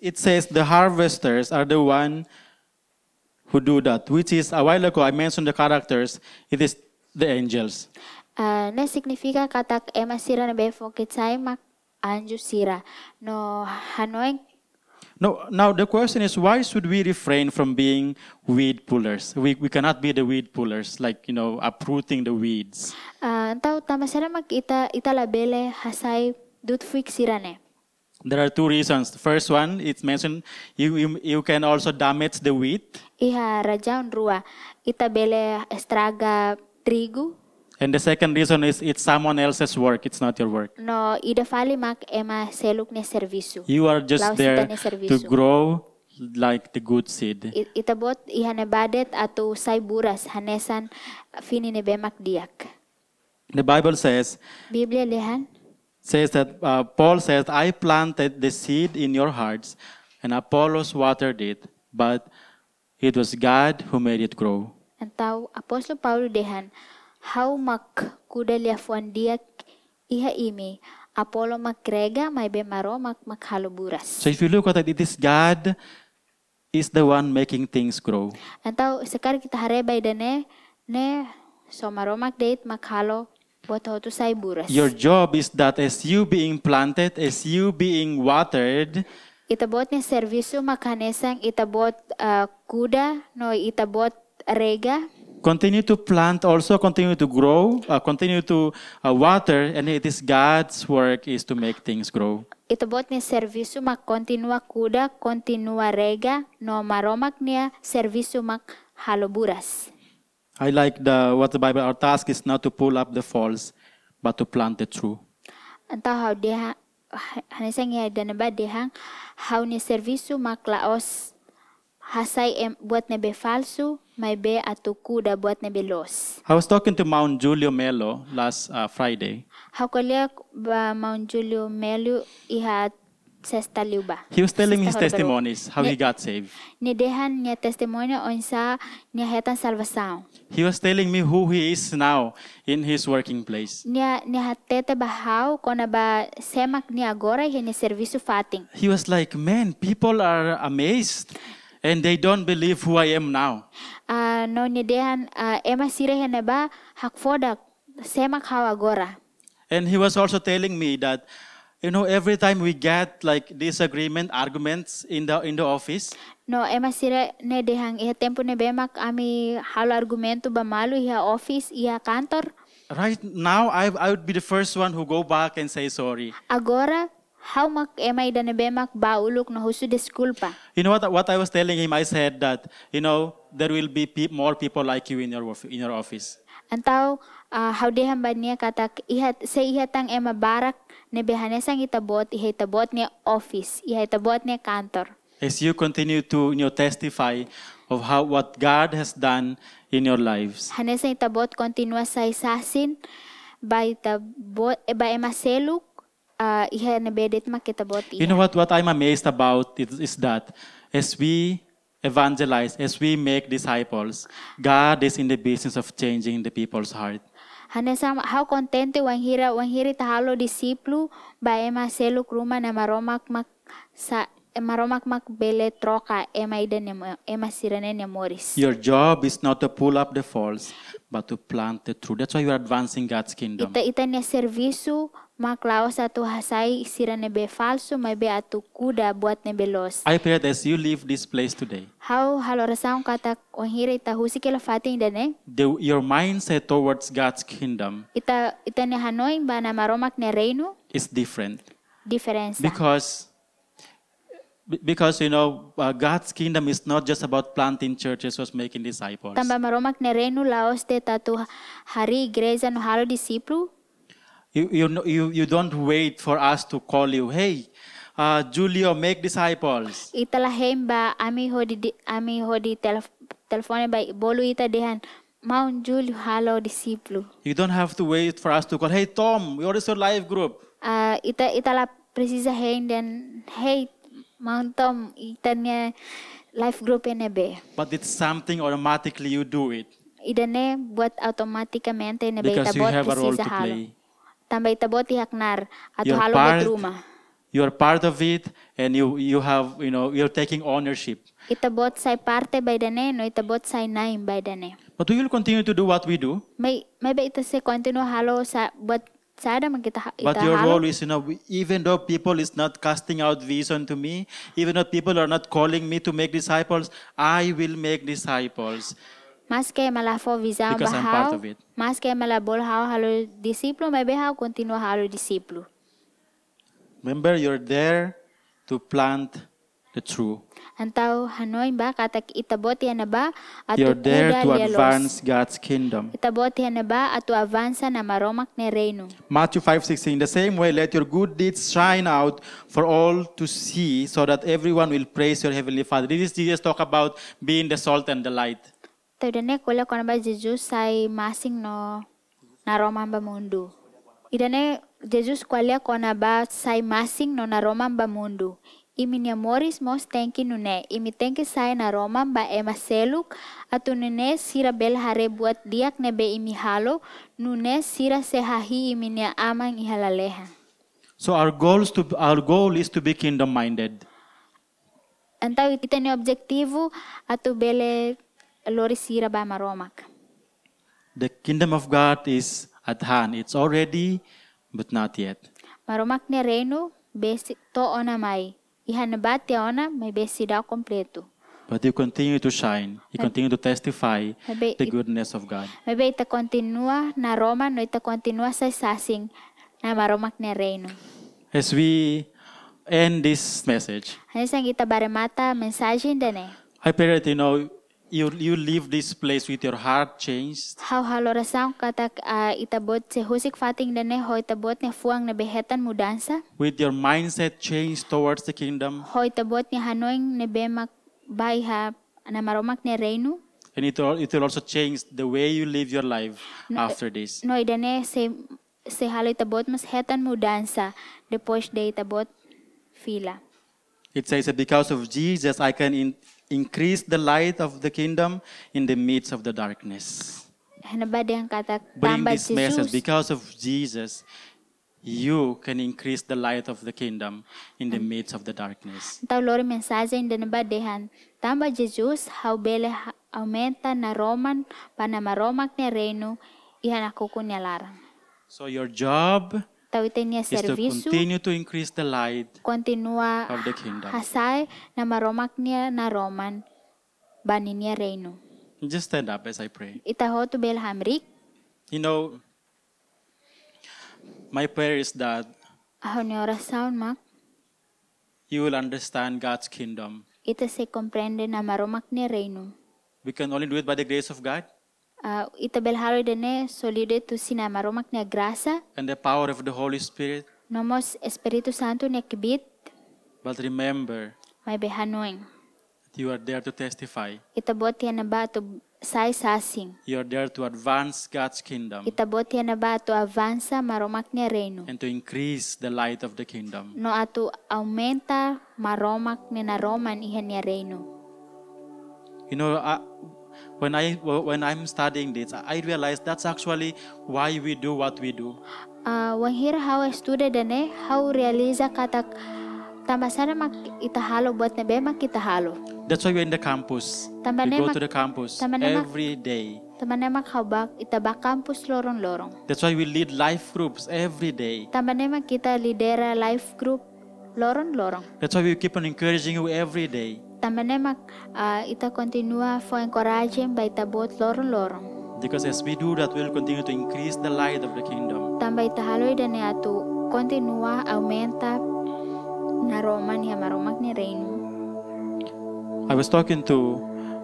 [SPEAKER 1] It says the harvesters are the one who do that, which is a while ago I mentioned the characters. It is the angels.
[SPEAKER 2] Ah, ne significa katak ema sira nebe fokit sai mak anju sira. No hanoeng
[SPEAKER 1] No, now the question is why should we refrain from being weed pullers? We, we cannot be the weed pullers, like you know, uprooting the weeds.
[SPEAKER 2] uh, tau tamasara mak ita italabele hasai dut fuik sira ne.
[SPEAKER 1] There are two reasons. The first one, it's mentioned you, you, you can also damage the wheat.
[SPEAKER 2] Iha rajaun rua itabele estraga trigo
[SPEAKER 1] And the second reason is it's someone else's work, it's not your work.
[SPEAKER 2] no ida fali mak ema seluk ne servisu.
[SPEAKER 1] You are just
[SPEAKER 2] Laos
[SPEAKER 1] there
[SPEAKER 2] itani servisu.
[SPEAKER 1] to grow like the good seed.
[SPEAKER 2] I- Itabot iha ne badet atau saiburas hanesan fini ne bemak diak.
[SPEAKER 1] The Bible says
[SPEAKER 2] Biblia lehan
[SPEAKER 1] says that uh, Paul says, I planted the seed in your hearts, and Apollos watered it, but it was God who made it grow.
[SPEAKER 2] antau apostol Paul dehan how mak kudalia fuan diak iha imi Apollo mak grega mai bemaro mak mak haluburas.
[SPEAKER 1] So if you look at it, it is God is the one making things grow.
[SPEAKER 2] Antau sekarang kita harebay dane ne somaromak date makalo buat hotu say buras.
[SPEAKER 1] Your job is that as you being planted, as you being watered,
[SPEAKER 2] Itabot ni servisu makanesang itabot ah, kuda no itabot rega
[SPEAKER 1] continue to plant, also continue to grow, uh, continue to uh, water, and it is God's work is to make things grow.
[SPEAKER 2] itabot ni servisu mak kontinua kuda kontinua rega no maromak niya servisu mak haloburas.
[SPEAKER 1] I like the what the Bible. Our task is not to pull up the false, but to plant the true.
[SPEAKER 2] Entah how dia ha- hanesang ya danaba dehang how ni servisu mak laos hasai em, buat nebe falsu may be atu kuda buat nebe los.
[SPEAKER 1] I was talking to Mount Julio Melo last uh, Friday.
[SPEAKER 2] Hakolea ba Mount Julio Melu iha sesta liuba.
[SPEAKER 1] He was telling me his
[SPEAKER 2] Sesta Holbero.
[SPEAKER 1] testimonies, how he
[SPEAKER 2] Ni-
[SPEAKER 1] got saved.
[SPEAKER 2] Ni dehan niya testimonio onsa niya hatan salvação.
[SPEAKER 1] He was telling me who he is now in his working place.
[SPEAKER 2] Niya niya hatete bahau kona ba semak niya agora iha niya serviço fating.
[SPEAKER 1] He was like, Man, people are amazed and they don't believe who I am now.
[SPEAKER 2] Ah no ni dehan ah, ema sire hene ba hakfodak semak hau agora.
[SPEAKER 1] And he was also telling me that, you know, every time we get like disagreement, arguments in the in the office,
[SPEAKER 2] No ema sire ne dehang iha tempo ne bemak ami halo argumento ba malu iha office iha kantor.
[SPEAKER 1] Right now, I, I would be the first one who go back and say sorry.
[SPEAKER 2] Agora, haumak emay danebemak ba uluk no husu desculpa.
[SPEAKER 1] You know what, what I was telling him? I said that, you know, there will be pe- more people like you in your, of- in your office.
[SPEAKER 2] Antau uh, haudehan ba niya katak ihat sa ihatang ema barak nebehanesang itabot iha itabot niya office iha itabot niya kantor.
[SPEAKER 1] As you continue to you know, testify of how, what God has done in your lives.
[SPEAKER 2] Hanesang itabot kontinua sa isasin ba itabot e ba ema seluk uh, iha nebedet makitabot
[SPEAKER 1] You
[SPEAKER 2] iha.
[SPEAKER 1] know what, what I'm amazed about is, is that as we evangelize, as we make disciples, God is in the business of changing the people's heart.
[SPEAKER 2] Hanesang how contente wang hira wang hiri tahalo disiplu ba ema seluk ruma na maromak mak sa eh, maromak mak bele troka ema ida nemo- ema sirene ne moris.
[SPEAKER 1] Your job is not to pull up the false, but to plant the truth. That's why you are advancing God's kingdom.
[SPEAKER 2] Ita ita niya servisu maklawas atu hasay sira nebe falso may be atu kuda buat nebe los.
[SPEAKER 1] I pray that as you leave this place today,
[SPEAKER 2] How halorasaong katak onhira ita husi kila fating dane.
[SPEAKER 1] the, your mindset towards God's kingdom
[SPEAKER 2] Ita ita niya hanoy ba na maromak ne reino
[SPEAKER 1] is different
[SPEAKER 2] diferensa.
[SPEAKER 1] because be- because you know uh, God's kingdom is not just about planting churches or making disciples.
[SPEAKER 2] Tamba maromak ne reino laos de tatu hari igreja no halo disiplu.
[SPEAKER 1] You you know, you you don't wait for us to call you. Hey, uh, Julio, make disciples.
[SPEAKER 2] Ita lahem ba ami hodi di- ami hodi telef- telefone ba bolu ita dehan maun jul halo disiplu.
[SPEAKER 1] You don't have to wait for us to call. Hey, Tom, where is your life group?
[SPEAKER 2] Ah, ita itala precisa hein dan hey mountain itanya life group nebe
[SPEAKER 1] But it's something automatically you do it
[SPEAKER 2] idane buat automaticamente nebe
[SPEAKER 1] because you
[SPEAKER 2] itabot
[SPEAKER 1] have a role
[SPEAKER 2] precisa
[SPEAKER 1] to
[SPEAKER 2] halo
[SPEAKER 1] play.
[SPEAKER 2] tambah itabot ihaknar atau
[SPEAKER 1] You're
[SPEAKER 2] halo bet
[SPEAKER 1] part,
[SPEAKER 2] rumah
[SPEAKER 1] you're part of it, and you you have you know you're taking ownership.
[SPEAKER 2] itabot say parte baidane no itabot say naim baidane
[SPEAKER 1] But we will continue to do what we do.
[SPEAKER 2] may may ba ita se continue halo sa buat sa ada man kita ita
[SPEAKER 1] But your role
[SPEAKER 2] halo
[SPEAKER 1] is, you know, we- even though people is not casting out vision to me, even though people are not calling me to make disciples, I will make disciples.
[SPEAKER 2] mas kay malafo visa
[SPEAKER 1] Because I'm part
[SPEAKER 2] bahau
[SPEAKER 1] of it.
[SPEAKER 2] mas kay malabol hao halo disiplo may be hao continue halo disiplo
[SPEAKER 1] Remember, you're there to plant the true.
[SPEAKER 2] Antaw hanoy ba katak itabot yan na ba at
[SPEAKER 1] You're there to
[SPEAKER 2] kuda lialos.
[SPEAKER 1] advance God's kingdom.
[SPEAKER 2] Itabot yan na ba at avansa na maromak ne reino.
[SPEAKER 1] Matthew 5:16 The same way let your good deeds shine out for all to see so that everyone will praise your heavenly Father. This is Jesus talk about being the salt and the light.
[SPEAKER 2] Tayo dane kula ko na ba Jesus say masing no naroman ba mundo. Idane Jesus kwalia ko na ba say masing no naroman ba mundo. Imi niya moris mos tenki nune. Imi tenki say naroman ba ema seluk at nune sira bel hare buat diak nebe imi halo nune sira sehahi imi niya amang ihalalehan.
[SPEAKER 1] So our goals to our goal is to be kingdom minded.
[SPEAKER 2] Então, ita ni objetivo atu bele lori sira ba maromak.
[SPEAKER 1] The kingdom of God is at hand. It's already, but not yet.
[SPEAKER 2] Maromak ne reino besi to ona mai. Iha ne bate ona mai besi da completo.
[SPEAKER 1] But you continue to shine. You continue to testify
[SPEAKER 2] Mabe
[SPEAKER 1] the goodness of God.
[SPEAKER 2] mai be ita continua na Roma no ita continua sa sasing na maromak ne reino.
[SPEAKER 1] As we end this message,
[SPEAKER 2] Hanesang ita baremata mensaje dene.
[SPEAKER 1] I pray that you know you you leave this place with your heart changed,
[SPEAKER 2] How halorasaw katak ah, itabot se husik fating dene ho itabot ne fuang ne behetan mudansa.
[SPEAKER 1] with your mindset changed towards the kingdom,
[SPEAKER 2] Hoy tabot ni Hanoing ne bemak bayha na maromak ne reino.
[SPEAKER 1] and it will, it will also change the way you live your life after this.
[SPEAKER 2] No, idane se se haloy tabot mas hetan mo dansa depois de tabot fila.
[SPEAKER 1] It says that because of Jesus, I can in, increase the light of the kingdom in the midst of the darkness.
[SPEAKER 2] Hanaba diyang katak
[SPEAKER 1] bring
[SPEAKER 2] tambay
[SPEAKER 1] this message
[SPEAKER 2] Jesus.
[SPEAKER 1] because of Jesus you can increase the light of the kingdom in the midst of the darkness
[SPEAKER 2] Taw lori e mensaje in danaba dehan tamba Jesus how bele ha- aumenta na Roman panamaromak ni reino ihan ako kunyalarang.
[SPEAKER 1] so your job
[SPEAKER 2] Taw ite niya
[SPEAKER 1] is to
[SPEAKER 2] servisu
[SPEAKER 1] continue to increase the light
[SPEAKER 2] continua
[SPEAKER 1] of the kingdom.
[SPEAKER 2] hasay na maromak niya na Roman banin niya reino.
[SPEAKER 1] just stand up as i pray
[SPEAKER 2] Itaho to bel hamrik
[SPEAKER 1] you know my prayer is that
[SPEAKER 2] ahon ni orasaon mak
[SPEAKER 1] you will understand God's kingdom.
[SPEAKER 2] Ito se comprende na maromakne reino.
[SPEAKER 1] We can only do it by the grace of God
[SPEAKER 2] Uh, ito belhalo dene solide tu sina maromakne grasa,
[SPEAKER 1] and the power of the Holy Spirit.
[SPEAKER 2] nomos Espiritu Santo ne kibit,
[SPEAKER 1] But remember
[SPEAKER 2] may behanoing.
[SPEAKER 1] that you are there to testify.
[SPEAKER 2] Ita bot yan na ba to sai sasing.
[SPEAKER 1] You are there to advance God's kingdom
[SPEAKER 2] Ita bot yan na ba to avansa maromakne reino.
[SPEAKER 1] and to increase the light of the kingdom.
[SPEAKER 2] No atu aumenta maromak ne naroman ihan ne reino.
[SPEAKER 1] You know, I, when I when I'm studying this, I realize that's actually why we do what we do.
[SPEAKER 2] Uh, wahir how estuda dene how realiza katak tamasana mak itahalo bot ne be mak itahalo.
[SPEAKER 1] That's why we're in the campus.
[SPEAKER 2] Tama
[SPEAKER 1] we
[SPEAKER 2] na,
[SPEAKER 1] go
[SPEAKER 2] Mak-
[SPEAKER 1] to the campus
[SPEAKER 2] tama na, Mak-
[SPEAKER 1] every day.
[SPEAKER 2] Tamane makhabak itaba campus lorong-lorong.
[SPEAKER 1] That's why we lead life groups every day.
[SPEAKER 2] Tamane makita lidera life group lorong-lorong.
[SPEAKER 1] That's why we keep on encouraging you every day.
[SPEAKER 2] Tamane mak ah, ita continua for encourage ba itabot lorong-lorong.
[SPEAKER 1] Because as we do that, we'll continue to increase the light of the kingdom.
[SPEAKER 2] Tamba itahaloy dani atu continua aumenta na roman ya maromak ni reino.
[SPEAKER 1] I was talking to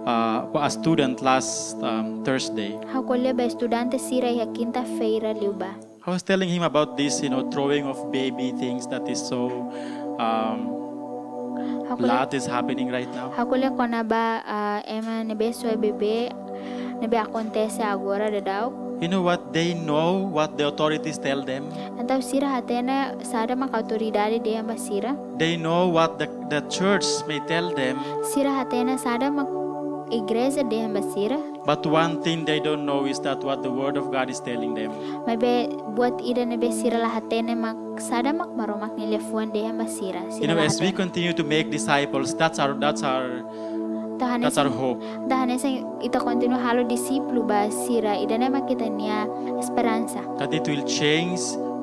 [SPEAKER 1] uh, a student last um, Thursday.
[SPEAKER 2] Hakole ba estudante sira ya quinta feira liuba.
[SPEAKER 1] I was telling him about this, you know, throwing of baby things that is so um,
[SPEAKER 2] Hakole
[SPEAKER 1] blood is happening right now.
[SPEAKER 2] hakole kona ba ah, ema nebe soe bebe nebe acontece agora dedau.
[SPEAKER 1] You know what? They know what the authorities tell them.
[SPEAKER 2] Antaw sira hatena sada mak autoridade de amba sira.
[SPEAKER 1] They know what the, the church may tell them.
[SPEAKER 2] Sira hatena sada mak igreja de amba sira.
[SPEAKER 1] But one thing they don't know is that what the Word of God is telling them.
[SPEAKER 2] Mabe buat ida nebe sira la hatena mak sada mak maromak ni lefuan de amba sira.
[SPEAKER 1] You
[SPEAKER 2] Sira
[SPEAKER 1] know,
[SPEAKER 2] la
[SPEAKER 1] as we
[SPEAKER 2] hatena.
[SPEAKER 1] continue to make disciples, that's our that's our
[SPEAKER 2] Tahane
[SPEAKER 1] that's
[SPEAKER 2] sa
[SPEAKER 1] our hope.
[SPEAKER 2] tahane sa ita kontinu halo disiplu ba sira ida ne mak kita nia esperanza.
[SPEAKER 1] That it will change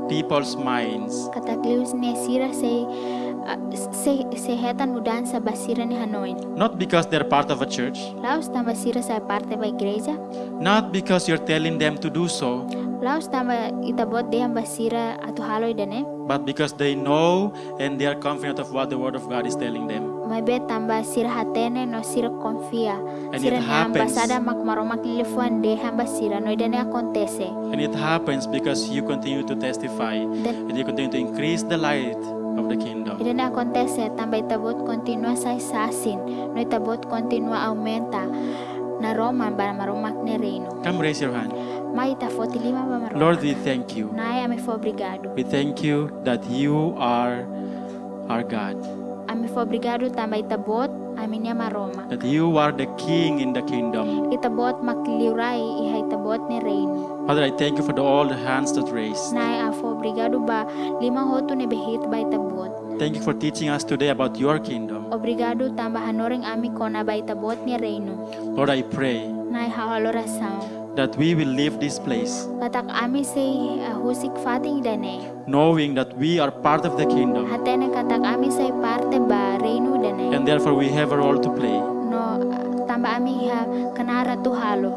[SPEAKER 1] people's minds.
[SPEAKER 2] Kataklius ne sira se ah, se sehetan mudan sa basira ni hanoin.
[SPEAKER 1] Not because they're part of a church,
[SPEAKER 2] Laos tamba sira sa parte ba igreja.
[SPEAKER 1] not because you're telling them to do so,
[SPEAKER 2] Laos tamba itabot de amba sira atu haloy dane.
[SPEAKER 1] but because they know and they are confident of what the Word of God is telling them.
[SPEAKER 2] Mabe tamba sir hatene no sir confia.
[SPEAKER 1] And
[SPEAKER 2] sir
[SPEAKER 1] it
[SPEAKER 2] ne
[SPEAKER 1] happens.
[SPEAKER 2] ambasada mak maromak lifuan de hamba sira no idane acontece.
[SPEAKER 1] And it happens because you continue to testify
[SPEAKER 2] Dan
[SPEAKER 1] and you continue to increase the light of the kingdom.
[SPEAKER 2] idane acontece tamba itabot continua sa sasin no itabot continua aumenta na Roma ba maromak ne reino.
[SPEAKER 1] Come raise your hand.
[SPEAKER 2] Ma ita foti lima ba maromak.
[SPEAKER 1] Lord, we thank you.
[SPEAKER 2] Nae ame fo obrigado.
[SPEAKER 1] We thank you that you are our God,
[SPEAKER 2] Ame fo obrigado tamba itabot aminia maroma.
[SPEAKER 1] that you are the King in the kingdom.
[SPEAKER 2] Itabot makliurai iha itabot ne reino.
[SPEAKER 1] Father, I thank you for the, all the hands that raised.
[SPEAKER 2] Nae afo obrigado ba lima hotu ne behit ba itabot.
[SPEAKER 1] Thank you for teaching us today about your kingdom.
[SPEAKER 2] Obrigado tambahan orang ami kona baita bot ni reino.
[SPEAKER 1] Lord, I pray
[SPEAKER 2] Nai hawalora sao.
[SPEAKER 1] that we will leave this place
[SPEAKER 2] Katak ami se uh, husik fating dane.
[SPEAKER 1] knowing that we are part of the kingdom
[SPEAKER 2] Hatene katak ami se parte ba reino dane.
[SPEAKER 1] and therefore we have a role to play
[SPEAKER 2] No uh, tamba ami ha kenara tu halo.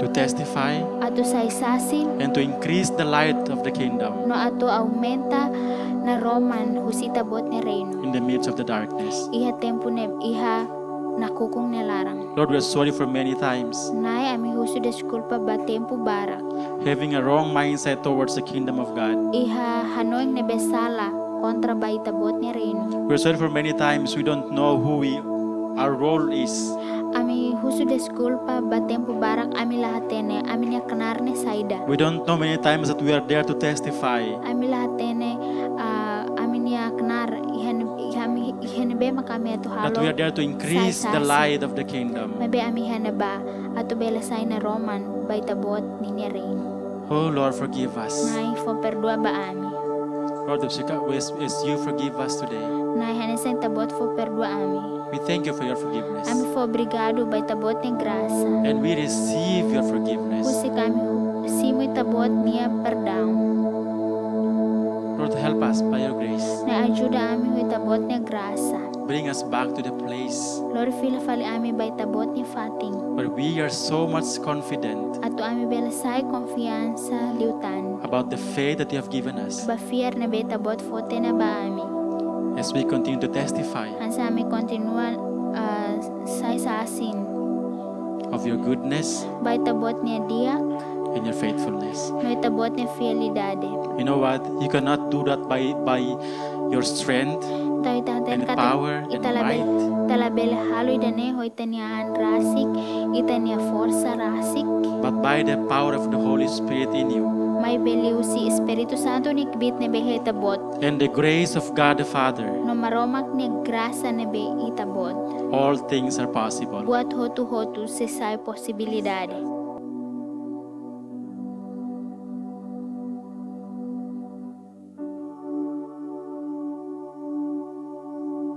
[SPEAKER 1] to testify
[SPEAKER 2] Atu sai sasin
[SPEAKER 1] and to increase the light of the kingdom
[SPEAKER 2] no atu aumenta na roman husita bot ni reino.
[SPEAKER 1] in the midst of the darkness.
[SPEAKER 2] Iha tempo ne iha nakukung ne larang.
[SPEAKER 1] Lord, we are sorry for many times
[SPEAKER 2] Nai ami husu deskulpa ba tempo barak.
[SPEAKER 1] having a wrong mindset towards the kingdom of God.
[SPEAKER 2] Iha hanoing ne besala kontra baita bot ni reino.
[SPEAKER 1] We're sorry for many times we don't know who we, our role is.
[SPEAKER 2] Ami husu de school pa batempo barak ami lahatene ami nia kenarne saida.
[SPEAKER 1] We don't know many times that we are there to testify
[SPEAKER 2] Ami lahatene ah, ami nia kenar ihan ihami ihan be makami atu
[SPEAKER 1] that we are
[SPEAKER 2] halo.
[SPEAKER 1] there to increase the light of the kingdom.
[SPEAKER 2] Mabe ami hana ba atu bela saina roman baita bot ni nia rein.
[SPEAKER 1] Oh Lord, forgive us.
[SPEAKER 2] Nai fo perdua ba ami.
[SPEAKER 1] Lord, as you- as as you forgive us today,
[SPEAKER 2] Nai hana sen tabot fo perdua ami.
[SPEAKER 1] we thank you for your
[SPEAKER 2] Ami
[SPEAKER 1] forgiveness.
[SPEAKER 2] fo obrigado baita bot ni graça.
[SPEAKER 1] And we receive your forgiveness.
[SPEAKER 2] Husi kami simu tabot nia perdão.
[SPEAKER 1] Lord, help us by your grace.
[SPEAKER 2] Nai ajuda ami hu tabot nia graça.
[SPEAKER 1] Bring us back to the place
[SPEAKER 2] Lord, fila fali ami baitabot ni fating.
[SPEAKER 1] where we are so much confident
[SPEAKER 2] Ato ami belasay konfiansa liutan.
[SPEAKER 1] about the faith that you have given us.
[SPEAKER 2] Ba fear na baitabot fote na ba ami.
[SPEAKER 1] as we continue to testify
[SPEAKER 2] Ansa me continua ah, sai sa asin.
[SPEAKER 1] of your goodness
[SPEAKER 2] Baitabot niya dia,
[SPEAKER 1] and your faithfulness.
[SPEAKER 2] no itabot niya fidelidade.
[SPEAKER 1] You know what? You cannot do that by, by your strength.
[SPEAKER 2] Tawi taten
[SPEAKER 1] And power and
[SPEAKER 2] italabel talabel haloy dane hoy tania rasik itania forsa rasik
[SPEAKER 1] but by the power of the Holy Spirit in you
[SPEAKER 2] may beliw si Espiritu Santo ni kbit ne behe tabot
[SPEAKER 1] and the grace of God the Father,
[SPEAKER 2] no maromak ne grasa ne be itabot
[SPEAKER 1] all things are possible.
[SPEAKER 2] buat hotu hotu se sai posibilidade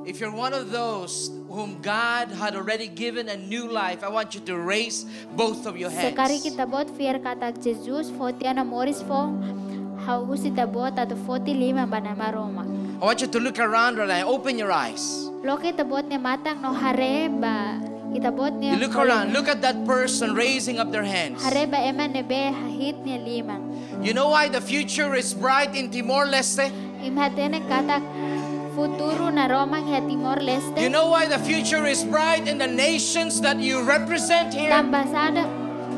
[SPEAKER 3] If you're one of those whom God had already given a new life, I want you to raise both of your hands.
[SPEAKER 2] sekari kita bot fier katak Jesus fotiana moris fo haus itabot ato foti lima bana maromak
[SPEAKER 3] I want you to look around right now. Open your eyes.
[SPEAKER 2] loke tabot ne matang no hareba itabot ne
[SPEAKER 3] You look around. Look at that person raising up their hands.
[SPEAKER 2] Hareba eman nebe hahit ni limang.
[SPEAKER 3] You know why the future is bright in Timor Leste?
[SPEAKER 2] Imhatene katak futuro na Roma ya Timor Leste.
[SPEAKER 3] You know why the future is bright in the nations that you represent here?
[SPEAKER 2] tambah sada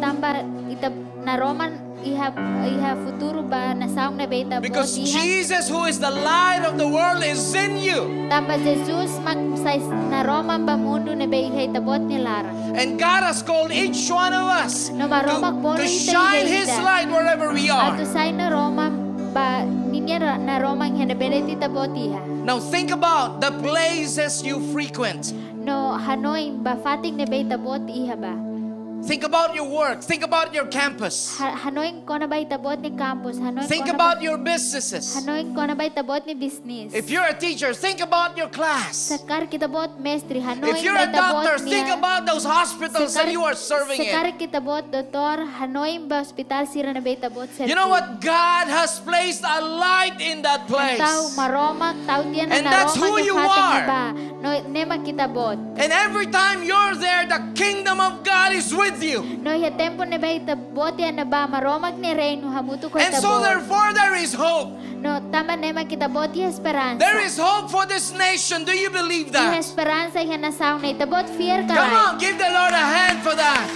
[SPEAKER 2] tambah itap na Roma iha iha futuro ba na saung na beta
[SPEAKER 3] Because Jesus, who is the light of the world, is in you.
[SPEAKER 2] tambah Jesus mak sais na Roma ba mundo na be iha itabot ni larang.
[SPEAKER 3] And God has called each one of us
[SPEAKER 2] No, ma Roma
[SPEAKER 3] to,
[SPEAKER 2] polo
[SPEAKER 3] to
[SPEAKER 2] ito
[SPEAKER 3] shine
[SPEAKER 2] yung
[SPEAKER 3] His
[SPEAKER 2] ita.
[SPEAKER 3] light wherever we are.
[SPEAKER 2] Ato say na Roma ba ninya ra- na Roma ya na bele titabot iha.
[SPEAKER 3] Now think about the places you frequent.
[SPEAKER 2] No Hanoi ba fatig na be itabot iha ba.
[SPEAKER 3] Think about your work. Think about your campus.
[SPEAKER 2] Ha- Hanoi ko na ba itabot ni campus. Hanoi
[SPEAKER 3] Think
[SPEAKER 2] ko na ba-
[SPEAKER 3] about your businesses.
[SPEAKER 2] Hanoy ko na ba itabot ni business?
[SPEAKER 3] If you're a teacher, think about your class.
[SPEAKER 2] Sakar kitabot mestre, hanoy
[SPEAKER 3] If you're a doctor, think about those hospitals that you are serving
[SPEAKER 2] sakar
[SPEAKER 3] in.
[SPEAKER 2] kitabot doktor, hanoy ba hospital sira na ba itabot sa
[SPEAKER 3] You know what? God has placed a light in that
[SPEAKER 2] Tau
[SPEAKER 3] place.
[SPEAKER 2] maromak, tau tiyan
[SPEAKER 3] And that's who you are.
[SPEAKER 2] Ba. No, nema kitabot.
[SPEAKER 3] And every time you're there, the kingdom of God is with you.
[SPEAKER 2] No, ya tempo ne ba itabot yan na ba maromak ni reino hamuto ko
[SPEAKER 3] And so,
[SPEAKER 2] itabot.
[SPEAKER 3] therefore, there is hope.
[SPEAKER 2] No, tama nema kitabot ya esperanza.
[SPEAKER 3] There is hope for this nation. Do you believe
[SPEAKER 2] Iha
[SPEAKER 3] that?
[SPEAKER 2] esperanza iha nasaw na itabot fear ka.
[SPEAKER 3] Come on, give the Lord a hand for that.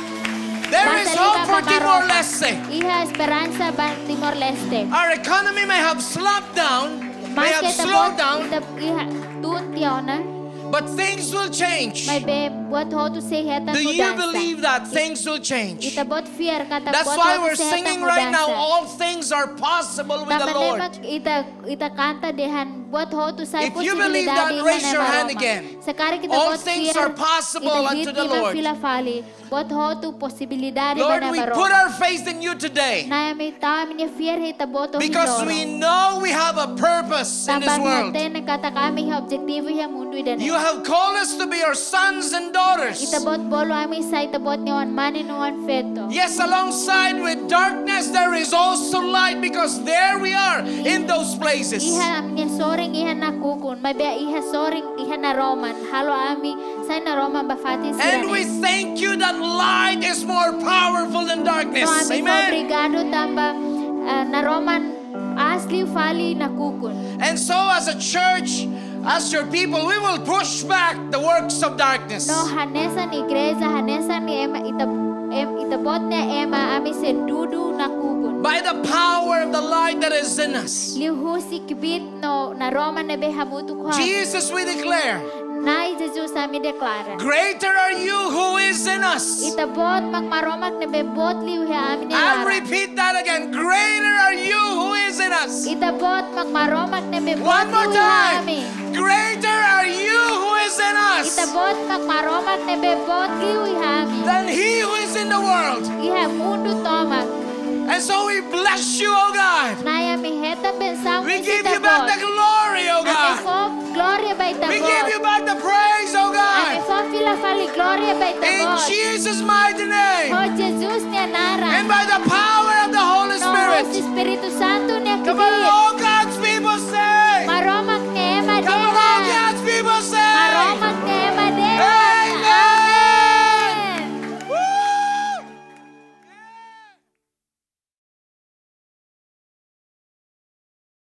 [SPEAKER 3] There is hope for Timor Leste.
[SPEAKER 2] Iha esperanza ba Timor Leste.
[SPEAKER 3] Our economy may have slumped down, may have
[SPEAKER 2] Maske
[SPEAKER 3] slowed
[SPEAKER 2] tapos
[SPEAKER 3] down,
[SPEAKER 2] itab- iha- tun tiyaw na.
[SPEAKER 3] but things will change.
[SPEAKER 2] May be buat ho to say heta
[SPEAKER 3] Do you
[SPEAKER 2] mudansa.
[SPEAKER 3] believe that things will change?
[SPEAKER 2] Itabot fear kata
[SPEAKER 3] That's
[SPEAKER 2] buat ho
[SPEAKER 3] why
[SPEAKER 2] to
[SPEAKER 3] we're
[SPEAKER 2] say heta
[SPEAKER 3] singing right now
[SPEAKER 2] mudansa.
[SPEAKER 3] all things are possible with
[SPEAKER 2] Tama
[SPEAKER 3] the Lord.
[SPEAKER 2] nemak ita ita kanta dehan buat ho to say
[SPEAKER 3] If you believe that,
[SPEAKER 2] posibilidad
[SPEAKER 3] raise
[SPEAKER 2] iha
[SPEAKER 3] your
[SPEAKER 2] na
[SPEAKER 3] hand
[SPEAKER 2] maroma.
[SPEAKER 3] again.
[SPEAKER 2] Sakari kita
[SPEAKER 3] All
[SPEAKER 2] buat
[SPEAKER 3] things
[SPEAKER 2] fear,
[SPEAKER 3] are possible
[SPEAKER 2] ita
[SPEAKER 3] unto the
[SPEAKER 2] hiti man
[SPEAKER 3] Lord.
[SPEAKER 2] fila fali. Buat ho to posibilidad iba
[SPEAKER 3] Lord,
[SPEAKER 2] na
[SPEAKER 3] we
[SPEAKER 2] maroma.
[SPEAKER 3] put our faith in you today
[SPEAKER 2] Na may tama niya fear hita buat ho
[SPEAKER 3] because
[SPEAKER 2] hinoro.
[SPEAKER 3] we know we have a purpose in this
[SPEAKER 2] Tapang
[SPEAKER 3] world.
[SPEAKER 2] natin kata kami ha objektibo iha mundo ida
[SPEAKER 3] You have called us to be your sons and daughters.
[SPEAKER 2] Itabot bolo ami sa itabot ni on mani no on feto.
[SPEAKER 3] Yes, alongside with darkness, there is also light because there we are in those places.
[SPEAKER 2] Iha am niya soring iha na kukun. May bea iha soring iha na roman. Halo ami sa na roman ba fati sira
[SPEAKER 3] And we thank you that light is more powerful than
[SPEAKER 2] No
[SPEAKER 3] darkness.
[SPEAKER 2] ami po
[SPEAKER 3] Amen.
[SPEAKER 2] brigado tamba ah, na roman asli fali na kukun.
[SPEAKER 3] And so, as a church, as your people, we will push back the works of darkness.
[SPEAKER 2] No hanesa ni iglesia hanesa ni ema itab em, itabot niya ema ami se dudu na kukun.
[SPEAKER 3] By the power of the light that is in us,
[SPEAKER 2] Lihusi kibit no na roman na beha mutu kwa.
[SPEAKER 3] Jesus, we declare,
[SPEAKER 2] Na Jesus ami deklara.
[SPEAKER 3] Greater are you who is in us.
[SPEAKER 2] Itabot magmaromak na bebot liw he amin ni
[SPEAKER 3] I'll
[SPEAKER 2] Lara.
[SPEAKER 3] repeat that again. Greater are you who is in us.
[SPEAKER 2] Itabot magmaromak na bebot
[SPEAKER 3] One more
[SPEAKER 2] liw he
[SPEAKER 3] time.
[SPEAKER 2] amin.
[SPEAKER 3] Greater are you who is in us
[SPEAKER 2] Itabot magmaromak na bebot liw he amin.
[SPEAKER 3] than he who is in the world.
[SPEAKER 2] Iha mundo tomak.
[SPEAKER 3] And so we bless you, O God.
[SPEAKER 2] Naya mi heta bensaw
[SPEAKER 3] We
[SPEAKER 2] mi si
[SPEAKER 3] give you back the
[SPEAKER 2] itabot.
[SPEAKER 3] glory, O
[SPEAKER 2] Ami
[SPEAKER 3] God.
[SPEAKER 2] fo gloria ba
[SPEAKER 3] We give
[SPEAKER 2] itabot.
[SPEAKER 3] you back the praise,
[SPEAKER 2] Ami
[SPEAKER 3] O God.
[SPEAKER 2] fo fila fali gloria ba
[SPEAKER 3] In
[SPEAKER 2] itabot.
[SPEAKER 3] Jesus' mighty name
[SPEAKER 2] Ho Jesus ni anara.
[SPEAKER 3] and by the power of the Holy
[SPEAKER 2] No,
[SPEAKER 3] Spirit.
[SPEAKER 2] Espiritu Santo